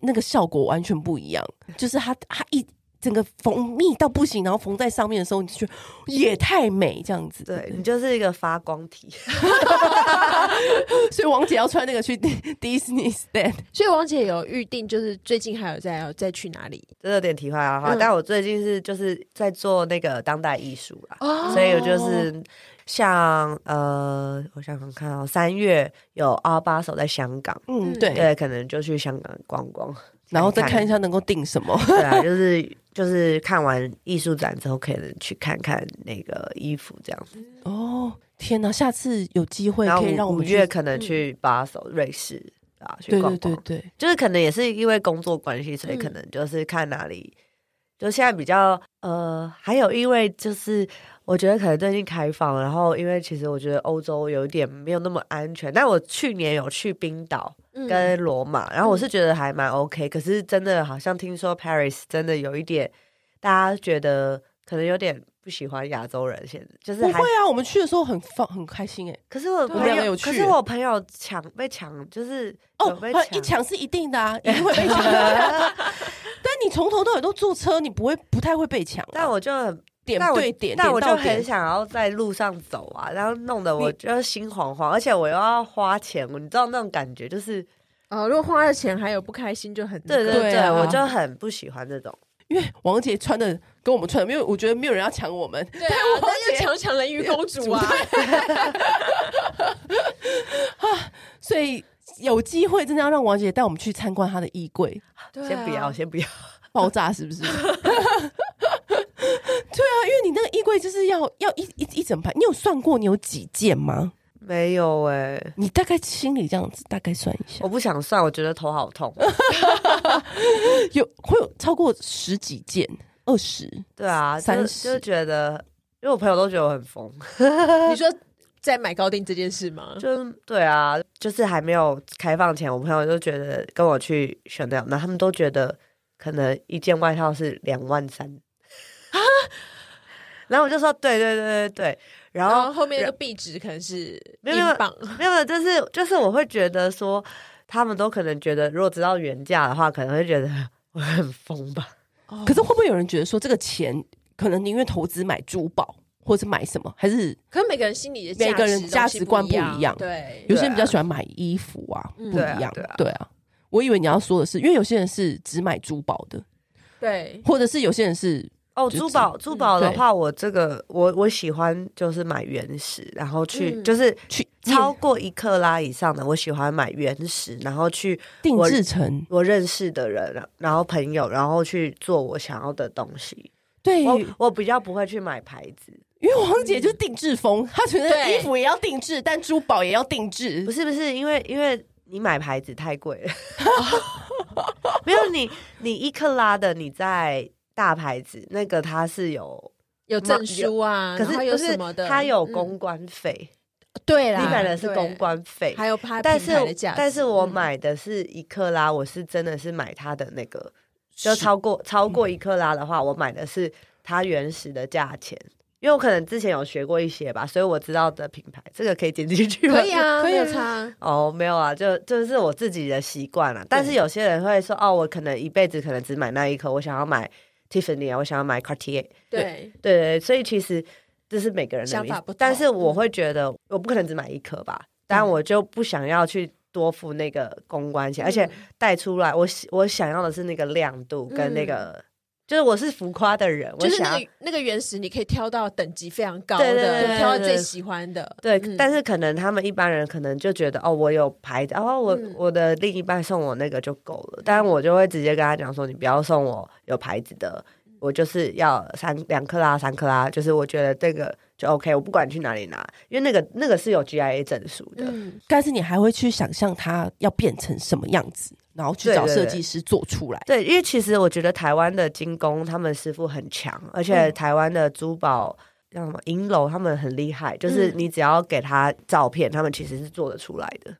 Speaker 1: 那个效果完全不一样，就是它它一整个缝密到不行，然后缝在上面的时候，你就觉得也太美这样子。
Speaker 3: 对，你就是一个发光体，
Speaker 1: 所以王姐要穿那个去 Disney stand，
Speaker 2: 所以王姐有预定，就是最近还有在要再去哪里
Speaker 3: 这有点题外话。
Speaker 2: 嗯
Speaker 3: 但我最近是就是在做那个当代艺术啦，
Speaker 2: 哦
Speaker 3: 所以我就是像呃，我想想看哦，三月有阿巴手在香港，
Speaker 1: 嗯，
Speaker 2: 嗯
Speaker 1: 对，
Speaker 3: 对，可能就去香港逛逛。
Speaker 1: 然后再看一下能够定什么。
Speaker 3: 对啊，就是就是看完艺术展之后，可能去看看那个衣服这样子。
Speaker 1: 哦，天哪！下次有机会
Speaker 3: 然后
Speaker 1: 可以让我
Speaker 3: 五五
Speaker 1: 们
Speaker 3: 月
Speaker 1: 去。嗯
Speaker 3: 可能去巴首、瑞士啊去
Speaker 1: 对
Speaker 3: 逛
Speaker 1: 对
Speaker 3: 逛，
Speaker 1: 对对，
Speaker 3: 就是可能也是因为工作关系，所以
Speaker 2: 嗯
Speaker 3: 可能就是看哪里。就现在比较呃，还有因为就是我觉得可能最近开放，然后因为其实我觉得欧洲有一点没有那么安全，但我去年有去冰岛，
Speaker 2: 嗯
Speaker 3: 跟
Speaker 1: 嗯
Speaker 3: 罗马，然后我是觉得还蛮 OK，可是真的好像听说 Paris 真的有一点，大家觉得可能有点不喜欢亚洲人，现在就是
Speaker 1: 不
Speaker 3: 还
Speaker 1: 会，啊，我们去的时候很放很开心哎、
Speaker 3: 可是我
Speaker 2: 对
Speaker 3: 朋
Speaker 2: 我们
Speaker 1: 两个
Speaker 3: 友，
Speaker 1: 有
Speaker 3: 可
Speaker 1: 去
Speaker 3: 是我朋友抢被抢，就是有
Speaker 1: 哦
Speaker 3: 被，
Speaker 1: 一抢是一定的啊，一定会被抢 的。但你从头到尾都坐车，你不会不太会被抢啊、
Speaker 3: 但我就很，
Speaker 1: 点
Speaker 3: 但我
Speaker 1: 对点，
Speaker 3: 但
Speaker 1: 点
Speaker 3: 我
Speaker 1: 到
Speaker 3: 就很
Speaker 1: 点，
Speaker 3: 想要在路上走啊，然后弄得我
Speaker 1: 你
Speaker 3: 就是心惶惶，而且我又要花钱，你知道那种感觉，就是
Speaker 2: 哦，如果花了钱还有不开心，就很
Speaker 3: 对对
Speaker 1: 对
Speaker 3: 对，
Speaker 1: 啊
Speaker 3: 我就很不喜欢这种。
Speaker 1: 因为王姐穿的跟我们穿的，因为我觉得没有人要抢我们。
Speaker 2: 对啊，但又抢抢人鱼公 主啊，
Speaker 1: 所以有机会真的要让王姐带我们去参观她的衣柜，
Speaker 2: 对啊
Speaker 3: 先不要，，先不要，
Speaker 1: 爆炸是不 是？对啊，因为你那个衣柜就是要要一一一整排，你有算过你有几件吗？
Speaker 3: 没有哎、
Speaker 1: 你大概心里这样子大概算一下
Speaker 3: 我，不想算，我觉得头好痛。
Speaker 1: 有会有超过十几件，二十。
Speaker 3: 对啊，就
Speaker 1: 30
Speaker 3: 就觉得，因为我朋友都觉得我很疯，
Speaker 2: 啊你说在买高定这件事吗？
Speaker 3: 就是对啊，就是还没有开放前，我朋友就觉得跟我去选 h a 然后他们都觉得可能一件外套是两万三啊。 然后我就说对对对对对，然
Speaker 2: 然
Speaker 3: 后
Speaker 2: 后后面那个壁纸可能是
Speaker 3: 没有没有
Speaker 2: 英镑，
Speaker 3: 没有，就是就是我会觉得说，他们都可能觉得，如果知道原价的话，可能会觉得我很疯吧。
Speaker 1: 可是会不会有人觉得说，这个钱可能宁愿投资买珠宝，或者是买什么，还是
Speaker 2: 可是每个人心里的
Speaker 1: 每个人
Speaker 2: 东西
Speaker 1: 价值观不一样
Speaker 2: 对，啊
Speaker 1: 有些人比较喜欢买衣服啊，
Speaker 2: 嗯
Speaker 1: 不一样
Speaker 3: 对啊，
Speaker 1: 对啊。我以为你要说的是，因为有些人是只买珠宝的，
Speaker 2: 对，
Speaker 1: 或者是有些人是
Speaker 3: 哦，
Speaker 1: 就
Speaker 3: 珠
Speaker 1: 是
Speaker 3: 宝珠宝的
Speaker 1: 对
Speaker 3: 话，我这个我我喜欢就是买原石，然后去、
Speaker 2: 嗯
Speaker 3: 就是
Speaker 1: 去
Speaker 3: 超过一克拉以上的，我喜欢买原石，然后去
Speaker 1: 定
Speaker 3: 我
Speaker 1: 制成
Speaker 3: 我认识的人，然后朋友，然后去做我想要的东西。
Speaker 1: 对，
Speaker 3: 我
Speaker 1: 因
Speaker 3: 我比较不会去买牌子，
Speaker 1: 为王姐就是定制风，她觉得衣
Speaker 2: 对
Speaker 1: 服也要定制，但珠宝也要定制
Speaker 3: 不。是不是，因为因为你买牌子太贵了， 没有你你一克拉的你在大牌子那个它是有，
Speaker 2: 有证书啊，
Speaker 3: 可是
Speaker 2: 然后
Speaker 3: 不
Speaker 2: 有
Speaker 3: 是
Speaker 2: 什么的，
Speaker 3: 它有
Speaker 2: 嗯
Speaker 3: 公关费，
Speaker 2: 对
Speaker 3: 你
Speaker 2: 啦，
Speaker 3: 买的是
Speaker 2: 对
Speaker 3: 公，关费，
Speaker 2: 还有拍
Speaker 3: 但是
Speaker 2: 品牌的价值
Speaker 3: 但是我
Speaker 2: 嗯
Speaker 3: 买的是一克拉，我是真的是买它的那个，就超过超过一克拉的话，我买的是它原始的价钱。因为我可能之前有学过一些吧，所以我知道的品牌，这个可以剪进去吗？
Speaker 2: 可以啊，
Speaker 1: 可以
Speaker 2: 没
Speaker 1: 啊
Speaker 2: 有差，
Speaker 3: 哦，没有啊，就就是我自己的习惯了。但是有些人会说，哦，我可能一辈子可能只买那一颗，我想要买 Tiffany 啊，我想要买 Cartier，
Speaker 2: 对，
Speaker 3: 对对对，所以其实这是每个人的
Speaker 2: 想
Speaker 3: 名
Speaker 2: 法
Speaker 3: 字
Speaker 2: 不同嗯
Speaker 3: 但是我会觉得，我不可能只买一颗吧，但我就不想要去多付那个公关钱，而且
Speaker 2: 嗯
Speaker 3: 带出来，我喜我想要的是那个亮度跟那个，就是我是浮夸的人，
Speaker 2: 嗯就是
Speaker 3: 我想
Speaker 2: 那
Speaker 3: 要。
Speaker 2: 个那个原石，你可以挑到等级非常高
Speaker 3: 对对对
Speaker 2: 的，
Speaker 3: 对
Speaker 2: 挑到
Speaker 3: 对
Speaker 2: 最喜欢的。
Speaker 3: 对，
Speaker 2: 嗯
Speaker 3: 但是可能他们一般人可能就觉得哦，我有牌子，哦，我、
Speaker 2: 嗯
Speaker 3: 我的另一半送我那个就够了，但我就会直接跟他讲说，你不要送我有牌子的，
Speaker 2: 嗯
Speaker 3: 我就是要三两克拉、三克拉，就是我觉得这个就 OK，我不管去哪里拿，因为那个那个是有 GIA 证书的，
Speaker 2: 嗯，
Speaker 1: 但是你还会去想象它要变成什么样子，然后去
Speaker 3: 对
Speaker 1: 找
Speaker 3: 对
Speaker 1: 设
Speaker 3: 对
Speaker 1: 计师做出来。
Speaker 3: 对，因为其实我觉得台湾的精工他们师傅很强，而且
Speaker 1: 嗯
Speaker 3: 台湾的珠宝。像什么银楼，他们很厉害，就是
Speaker 2: 嗯
Speaker 3: 你只要给他照片，他们其实是做得出来的。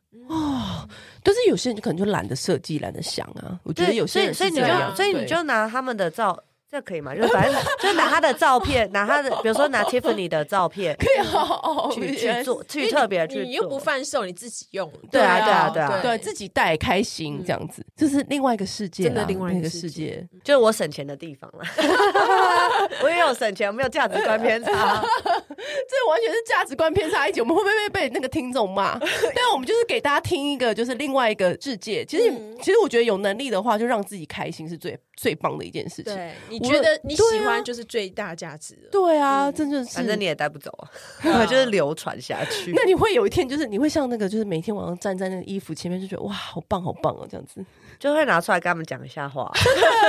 Speaker 1: 但是有些人就可能就懒得设计，懒得想啊。我觉得
Speaker 3: 对，
Speaker 1: 有些人
Speaker 3: 所
Speaker 1: 是
Speaker 3: 以所以
Speaker 1: 这
Speaker 3: 你
Speaker 1: 样
Speaker 3: 就所以你
Speaker 1: 对
Speaker 3: 就拿他们的照，这可以吗？就是反正就拿他的照片，拿他的，比如说拿 Tiffany 的照片
Speaker 1: 可以 哦，
Speaker 3: 去
Speaker 1: 原来是
Speaker 3: 去做，
Speaker 2: 因为
Speaker 3: 去特别
Speaker 2: 你
Speaker 3: 去
Speaker 2: 你又不
Speaker 3: 做。
Speaker 2: 贩售，你自己用。
Speaker 1: 对啊
Speaker 3: 对啊
Speaker 1: 对自己戴开心这样子，这是另外一个世界啦，
Speaker 2: 真的另外一个
Speaker 1: 那个
Speaker 2: 世
Speaker 1: 世
Speaker 2: 界
Speaker 1: 界。
Speaker 3: 就是我省钱的地方了， 我也有省钱，我没有价值观 偏差。
Speaker 1: 这完全是价值观偏差一起，我们会不会被被那个听众骂？但我们就是给大家听一个，就是另外一个世界。其实，
Speaker 2: 嗯
Speaker 1: 其实我觉得有能力的话，就让自己开心是最最棒的一件事情。
Speaker 2: 对，你
Speaker 1: 无
Speaker 2: 觉
Speaker 1: 论
Speaker 2: 得你喜
Speaker 1: 对啊
Speaker 2: 欢就是最大价值了。
Speaker 1: 对啊，真的是。
Speaker 3: 反正你也带不走啊，
Speaker 2: 啊
Speaker 3: 就是流传下去
Speaker 1: 那。你会有一天，就是你会像那个，就是每天晚上站在那个衣服前面，就觉得哇，好棒，好棒哦，这样子。
Speaker 3: 就会拿出来跟他们讲一下话。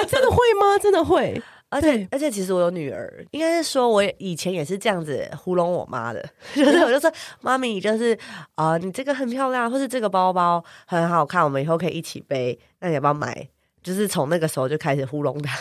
Speaker 1: 真的会吗？真的会。
Speaker 3: 而且
Speaker 1: 对
Speaker 3: 而且，其实我有女儿，应该是说我以前也是这样子糊弄我妈的， 就是
Speaker 1: 嗯
Speaker 3: 我就说妈咪，就是啊、你这个很漂亮，或是这个包包很好看，我们以后可以一起背，那你要不要买？就是从那个时候就开始糊弄她，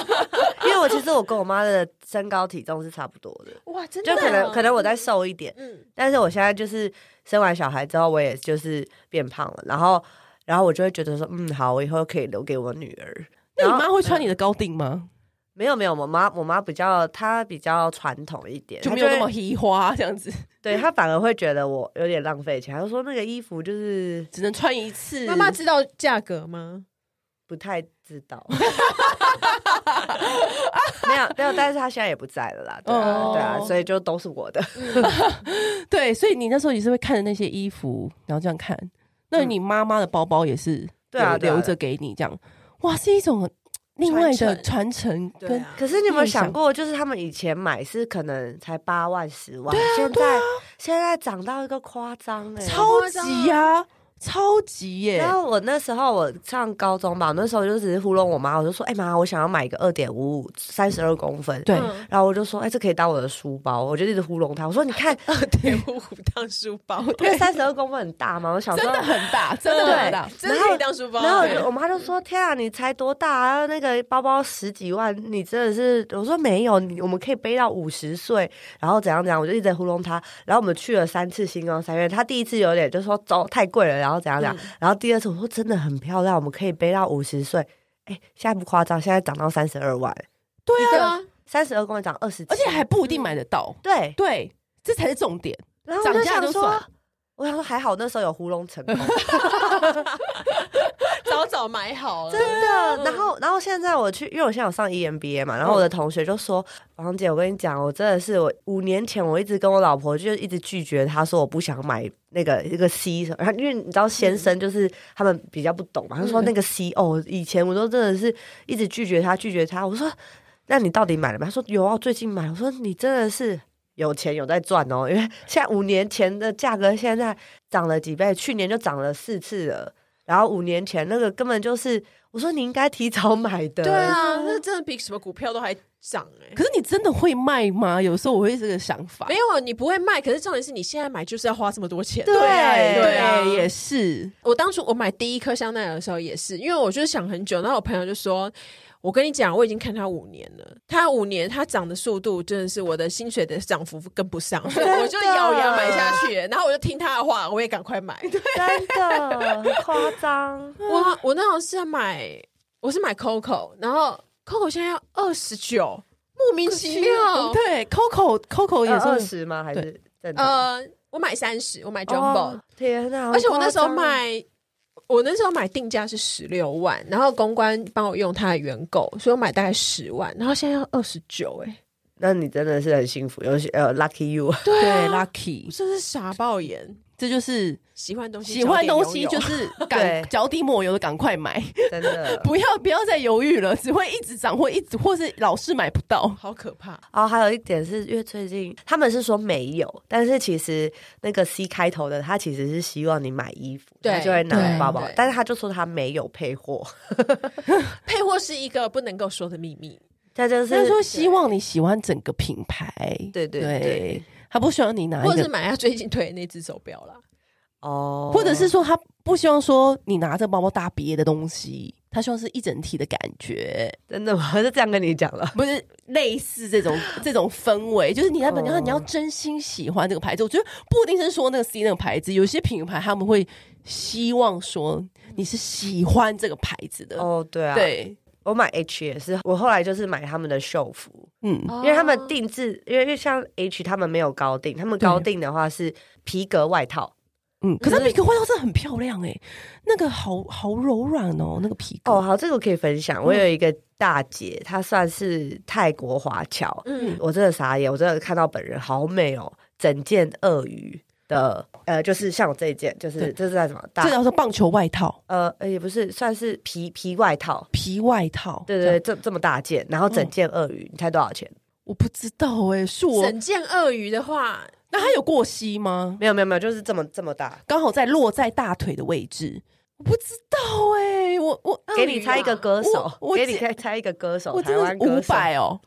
Speaker 3: 因为我其实我跟我妈的身高体重是差不多的，
Speaker 2: 哇，真的
Speaker 3: 就可能
Speaker 2: 哦
Speaker 3: 可能我再瘦一点，
Speaker 2: 嗯，
Speaker 3: 但是我现在就是生完小孩之后，我也就是变胖了，然后然后我就会觉得说，嗯，好，我以后可以留给我女儿。
Speaker 1: 那你
Speaker 3: 然后嗯
Speaker 1: 妈会穿你的高定吗？
Speaker 3: 没有没有，我妈我妈比较她比较传统一点，
Speaker 1: 就
Speaker 3: 她
Speaker 1: 没有那
Speaker 3: 会
Speaker 1: 么黑花这样子，
Speaker 3: 对她反而会觉得我有点浪费钱，她就说那个衣服就是
Speaker 1: 只能穿一次。
Speaker 2: 妈妈知道价格吗？
Speaker 3: 不太知道。 没有没有，但是她现在也不在了啦，对啊、
Speaker 1: 哦
Speaker 3: 对啊，所以就都是我的。
Speaker 1: 对，所以你那时候也是会看着那些衣服，然后这样看。那
Speaker 2: 嗯
Speaker 1: 你妈妈的包包也是
Speaker 3: 对啊
Speaker 1: 留
Speaker 3: 对啊
Speaker 1: 留着给你这样，哇，是一种另外的传承
Speaker 2: 对
Speaker 1: 跟
Speaker 2: 啊，
Speaker 3: 可是你有没有
Speaker 1: 你想
Speaker 3: 想过，就是他们以前买是可能才八万十万，现在、现在涨到一个夸张哎、
Speaker 1: 啊超级呀、超级耶、
Speaker 2: 啊
Speaker 3: 然后我那时候我上高中吧，我那时候就只是糊弄我妈，我就说：“哎、妈，我想要买一个二点五五三十二公分。”
Speaker 1: 对
Speaker 2: 嗯
Speaker 3: 然后我就说：“哎、这可以当我的书包。”我就一直糊弄她，我说：“你 看，
Speaker 2: 铁五五当书包，欸
Speaker 3: 因为三十二公分很大嘛。”我小时
Speaker 1: 真
Speaker 3: 候
Speaker 1: 的，很大，真的很大。欸
Speaker 2: 真的可以当书包。
Speaker 3: 然后我
Speaker 2: 对
Speaker 3: 就我妈就说：“天啊，你才多大啊？那个包包十几万，你真的是……”我说：“没有，你我们可以背到五十岁，然后怎样怎样。”我就一直糊弄她。然后我们去了三次星光三月，她第一次有点啊就说：“走，太贵了。”然后怎样怎样。然后第二次我说：“真的很漂亮，我们可以背到五十岁。”哎、哎、现在不夸张，现在涨到三十二万，
Speaker 1: 对
Speaker 2: 对
Speaker 1: 啊，
Speaker 2: 啊，
Speaker 3: 三十二公里涨二十，
Speaker 1: 而且还不一定买得到，
Speaker 2: 嗯
Speaker 3: 对。
Speaker 1: 对，这才是重点。
Speaker 3: 然后我
Speaker 1: 涨
Speaker 3: 就
Speaker 1: 价
Speaker 3: 想
Speaker 1: 就
Speaker 3: 说
Speaker 1: 算，
Speaker 3: 我想说还好那时候有糊弄 成功，
Speaker 2: 早早买好了，
Speaker 3: 真的。然后，然后现在我去，因为我现在有上 E EMBA 嘛，然后我的
Speaker 1: 嗯
Speaker 3: 同学就说：“王姐，我跟你讲，我真的是我五年前我一直跟我老婆就一直拒绝，她说我不想买那个那个 C 什么，然后因为你知道先
Speaker 1: 嗯
Speaker 3: 生就是他们比较不懂嘛，他说那个 C 哦，以前我都真的是一直拒绝他，拒绝他。我说那你到底买了没？他说有啊，我最近买了。我说你真的是。”有钱有在赚哦，因为 现在五年前的价格现在涨了几倍，去年就涨了四次了，然后五年前那个根本就是，我说你应该提早买的，
Speaker 2: 对啊，那真的比什么股票都还涨哎、
Speaker 1: 可是你真的会卖吗？有时候我会这个想法。
Speaker 2: 没有，啊你不会卖，可是重点是你现在买就是要花这么多钱。
Speaker 3: 对
Speaker 2: 对啊
Speaker 1: 哎也是。
Speaker 2: 我当初我买第一颗香奈儿的时候也是，因为我就是想很久，然后我朋友就说：“我跟你讲，我已经看它五年了，它五年它涨的速度真的是我的薪水的涨幅跟不上，所以我就咬牙买下去。”然后我就听他的话，我也赶快买。，
Speaker 3: 真的很夸张
Speaker 2: 我我那时候是买，我是买 Coco，然后 Coco 现在要二十九，莫名其妙。
Speaker 1: 对，Coco Coco 也
Speaker 3: 有二
Speaker 1: 是
Speaker 3: 十吗？还是正常？
Speaker 2: 呃，我买三十，我买 Jumbo，、
Speaker 3: 哦天哪！
Speaker 2: 而且我那时候
Speaker 3: 好夸张，
Speaker 2: 买，我那时候买定价是十六万，然后公关帮我用他的原购，所以我买大概十万，然后现在要二十九，哎，
Speaker 3: 那你真的是很幸福，尤其呃，lucky you，
Speaker 1: 对啊
Speaker 2: 啦，我
Speaker 1: 哎 Lucky，
Speaker 2: 真是傻爆眼，
Speaker 1: 这就是
Speaker 2: 喜欢东西，
Speaker 1: 喜欢东西就是 是
Speaker 3: 对
Speaker 1: 赶脚底抹油的赶快买，
Speaker 3: 真的。
Speaker 1: 不要不要再犹豫了，只会一直涨或一直或是老是买不到。
Speaker 2: 好可怕，
Speaker 3: 哦，还有一点是因为最近他们是说没有，但是其实那个 C 开头的，他其实是希望你买衣服，
Speaker 2: 对
Speaker 3: 他就会拿
Speaker 1: 对
Speaker 3: 包包
Speaker 2: 对，
Speaker 3: 但是他就说他没有配货，
Speaker 2: 配货是一个不能够说的秘密，
Speaker 3: 他就
Speaker 1: 他
Speaker 3: 是
Speaker 1: 说希望你喜欢整个品牌，
Speaker 3: 对对对，
Speaker 1: 他不希望你拿
Speaker 2: 或
Speaker 1: 一
Speaker 2: 者是
Speaker 1: 个，
Speaker 2: 买他最近推的那只手表啦，
Speaker 3: 哦，
Speaker 1: 或者是说他不希望说你拿着包包搭别的东西，他希望是一整体的感觉。
Speaker 3: 真的吗？ 是这样跟你讲 了。
Speaker 1: 不是类似这种 这种氛围，就是你要本
Speaker 3: 哦
Speaker 1: 你要你要真心喜欢这个牌子，我觉得不一定是说那个 C 那个牌子，有些品牌他们会希望说你是喜欢这个牌子的，
Speaker 3: 哦，对啊，
Speaker 1: 对，
Speaker 3: 我买 H 也是，我后来就是买他们的秀服，
Speaker 1: 嗯，
Speaker 2: 因
Speaker 3: 哦因为他们定制，因为因为像 H 他们没有高定，他们高定的话是皮革外套。
Speaker 1: 嗯，可是
Speaker 3: 可是
Speaker 1: 那皮革外套真的很漂亮哎、那个好好柔软哦，那个皮革。
Speaker 3: 哦，好，这个我可以分享。我有一个大姐，她算是泰国华侨，
Speaker 2: 嗯，
Speaker 3: 我真的傻眼，我真的看到本人好美哦，整件鳄鱼的，呃，就是像我这一件，就是
Speaker 1: 对
Speaker 3: 这是在什么大
Speaker 1: 这？叫做棒球外套，
Speaker 3: 呃，呃也不是，算是皮皮外套。
Speaker 1: 皮外套。
Speaker 3: 对
Speaker 1: 这
Speaker 3: 对对，
Speaker 1: 样，嗯
Speaker 3: 这这么大件，然后整件鳄鱼，你猜多少钱？
Speaker 1: 我不知道哎、是我
Speaker 2: 整件鳄鱼的话，
Speaker 1: 那它有过膝吗？
Speaker 3: 没有没有没有，就是这么这么大。
Speaker 1: 刚好在落在大腿的位置，我不知道哎、我我
Speaker 3: 给你猜一个歌手，
Speaker 1: 啊我我
Speaker 3: 给你
Speaker 1: 记
Speaker 3: 猜猜一个歌手，
Speaker 1: 我
Speaker 3: 台
Speaker 1: 真
Speaker 3: 湾
Speaker 1: 的
Speaker 3: 歌
Speaker 1: 五
Speaker 3: 手，
Speaker 1: 百哦，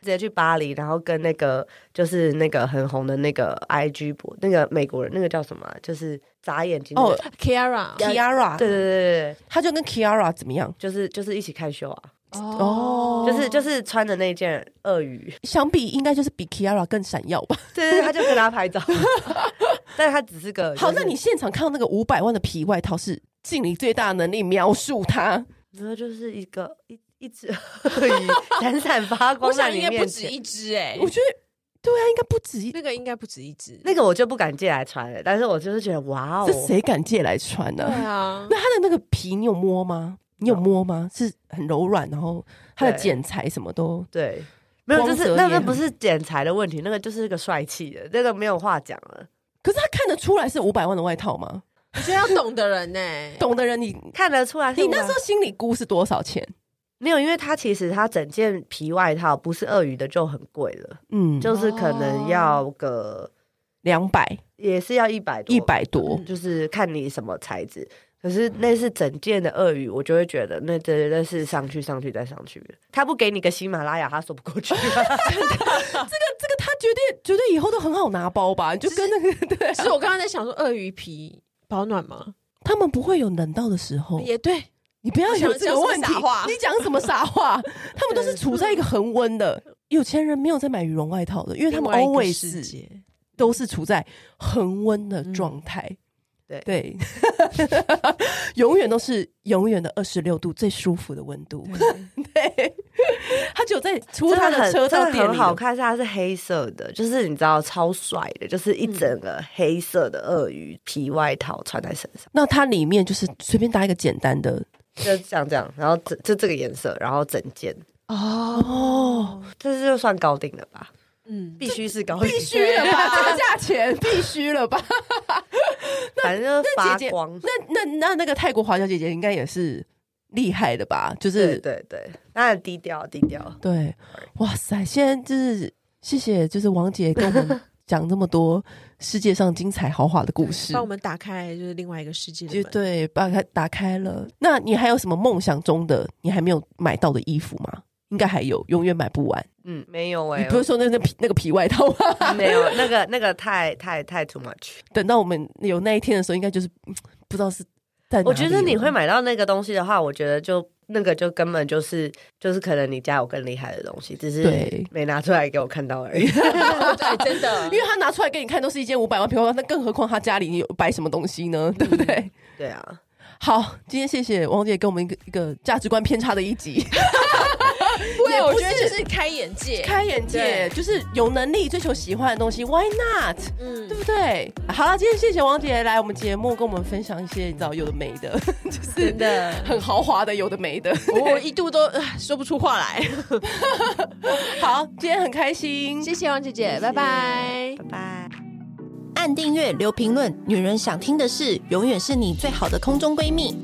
Speaker 3: 直接去巴黎，然后跟那个就是那个很红的那个 IG 博那个美国人，那个叫什么啊？就是眨眼睛那个
Speaker 1: 哦
Speaker 2: Kiara，
Speaker 1: ，Kiara，
Speaker 3: 对对对对对，
Speaker 1: 他就跟 Kiara 怎么样？
Speaker 3: 就是就是一起看秀啊，
Speaker 1: 哦
Speaker 3: 就是就是穿的那件鳄鱼，
Speaker 1: 相比应该就是比 Kiara 更闪耀吧。
Speaker 3: 对对，对他就跟他拍照， 但他只是个
Speaker 1: 好，
Speaker 3: 就
Speaker 1: 那
Speaker 3: 是
Speaker 1: 你现场看到那个五百万的皮外套是尽你最大的能力描述它，
Speaker 3: 没有就是一个一一只鳄鱼闪闪发
Speaker 2: 我
Speaker 3: 光在
Speaker 2: 想应
Speaker 3: 你
Speaker 2: 该不
Speaker 3: 面
Speaker 2: 止
Speaker 3: 前。
Speaker 2: 一只哎、
Speaker 1: 我觉得对啊，应该不止一。
Speaker 2: 那个应该不止一只，
Speaker 3: 那个我就不敢借来穿了，但是我就是觉得哇哦，
Speaker 1: 这谁敢借来穿呢、
Speaker 2: 对 啊，
Speaker 1: 那它的那个皮你有摸吗？你有摸吗？是很柔软，然后它的
Speaker 3: 对
Speaker 1: 剪裁什么都
Speaker 3: 对，没有，就
Speaker 1: 光
Speaker 3: 是
Speaker 1: 泽
Speaker 3: 那
Speaker 1: 也
Speaker 3: 个
Speaker 1: 很
Speaker 3: 不是剪裁的问题，那个就是个帅气的，那个没有话讲了。
Speaker 1: 可是他看得出来是五百万的外套吗？
Speaker 2: 我觉得要懂的人呢、欸
Speaker 1: 懂的人你，
Speaker 3: 看得出来是
Speaker 1: 你
Speaker 3: 我，
Speaker 1: 那时候心里估是多少钱？
Speaker 3: 没有，因为它其实它整件皮外套不是鳄鱼的就很贵了，
Speaker 1: 嗯，就
Speaker 3: 就是可能要个、
Speaker 1: 两百、
Speaker 3: 也是要一百多
Speaker 1: 一，百多。
Speaker 3: 就是看你什么材质。可是
Speaker 1: 嗯
Speaker 3: 那是整件的鳄鱼，我就会觉得那真的是上去上去再上去的。他不给你个喜马拉雅，他说不 过去。
Speaker 1: 这个他绝对绝对以后都很好拿包吧？你就跟那个对啊、
Speaker 2: 其实我刚刚在想说，鳄鱼皮保暖吗？
Speaker 1: 他们不会有冷到的时候。
Speaker 2: 也对，
Speaker 1: 你不要有这个问题
Speaker 2: 讲什么傻话，
Speaker 1: 你讲什么傻话？他们都是处在一个恒温的。有钱人没有在买羽绒外套的，因为他们
Speaker 2: 另外一个世
Speaker 1: always
Speaker 2: 界
Speaker 1: 都是处在恒温的状态。对， 永远都是永远的二十六度最舒服的温度。 对，它只有在出它
Speaker 3: 真的
Speaker 1: 的
Speaker 3: 很
Speaker 1: 车到
Speaker 3: 真的
Speaker 1: 店
Speaker 3: 很
Speaker 1: 里
Speaker 3: 好
Speaker 1: 的，
Speaker 3: 看，是它是黑色的，就是你知道超帅的，就是
Speaker 1: 嗯
Speaker 3: 一整个黑色的鳄鱼皮外套穿在身上，
Speaker 1: 那它里面就是随便搭一个简单的
Speaker 3: 就这样这样，然后这就这个颜色，然后整件，
Speaker 2: 哦，
Speaker 3: 这就算高定了吧？
Speaker 2: 嗯，
Speaker 3: 必须是高定，必
Speaker 1: 必须了吧？这个价钱必须了吧？
Speaker 3: 反正就是
Speaker 1: 那
Speaker 3: 发
Speaker 1: 姐姐
Speaker 3: 光。
Speaker 1: 那那那那个泰国华侨姐姐应该也是厉害的吧？就是
Speaker 3: 对对对，那很低调低调。
Speaker 1: 对，哇塞！现在就是谢谢，就是王姐跟我们讲这么多世界上精彩豪华的故事
Speaker 2: 帮，我们打开就是另外一个世界的
Speaker 1: 就
Speaker 2: 门。
Speaker 1: 对，把它打开了。那你还有什么梦想中的你还没有买到的衣服吗？应该还有，永远买不完。
Speaker 3: 嗯，没有哎、
Speaker 1: 你不是说那那皮那个皮外套吗？
Speaker 3: 没有那个那个太太太 too much。
Speaker 1: 等到我们有那一天的时候，应该就是嗯不知道是在哪里了。啊
Speaker 3: 我觉得你会买到那个东西的话，我觉得就那个就根本就是就是可能你家有更厉害的东西，只是
Speaker 1: 对
Speaker 3: 没拿出来给我看到而已。
Speaker 2: 哦对，真的
Speaker 1: 因 为他拿出来给你看都是一件五百万平方，那更何况他家里你有摆什么东西呢？
Speaker 2: 嗯
Speaker 1: 对不对？
Speaker 3: 对啊，
Speaker 1: 好，今天谢谢王姐给我们一个一个价值观偏差的一集，
Speaker 2: 不会，
Speaker 1: 也不
Speaker 2: 我
Speaker 1: 是
Speaker 2: 觉得就是 开眼界。
Speaker 1: 开眼界，
Speaker 2: 对
Speaker 1: 就是有能力追求喜欢的东西，Why not？
Speaker 2: 嗯
Speaker 1: 对，不对？好了，今天谢谢王姐来我们节目，跟我们分享一些你知道有的没的， 就是
Speaker 2: 真 的，
Speaker 1: 很豪华的有的没的。
Speaker 2: 我我一度都唉说不出话来。
Speaker 1: 好，今天很开心，
Speaker 2: 谢谢王姐姐，拜拜。
Speaker 3: 拜拜。
Speaker 4: 按订阅、留评论，女人想听的事，永远是你最好的空中闺蜜。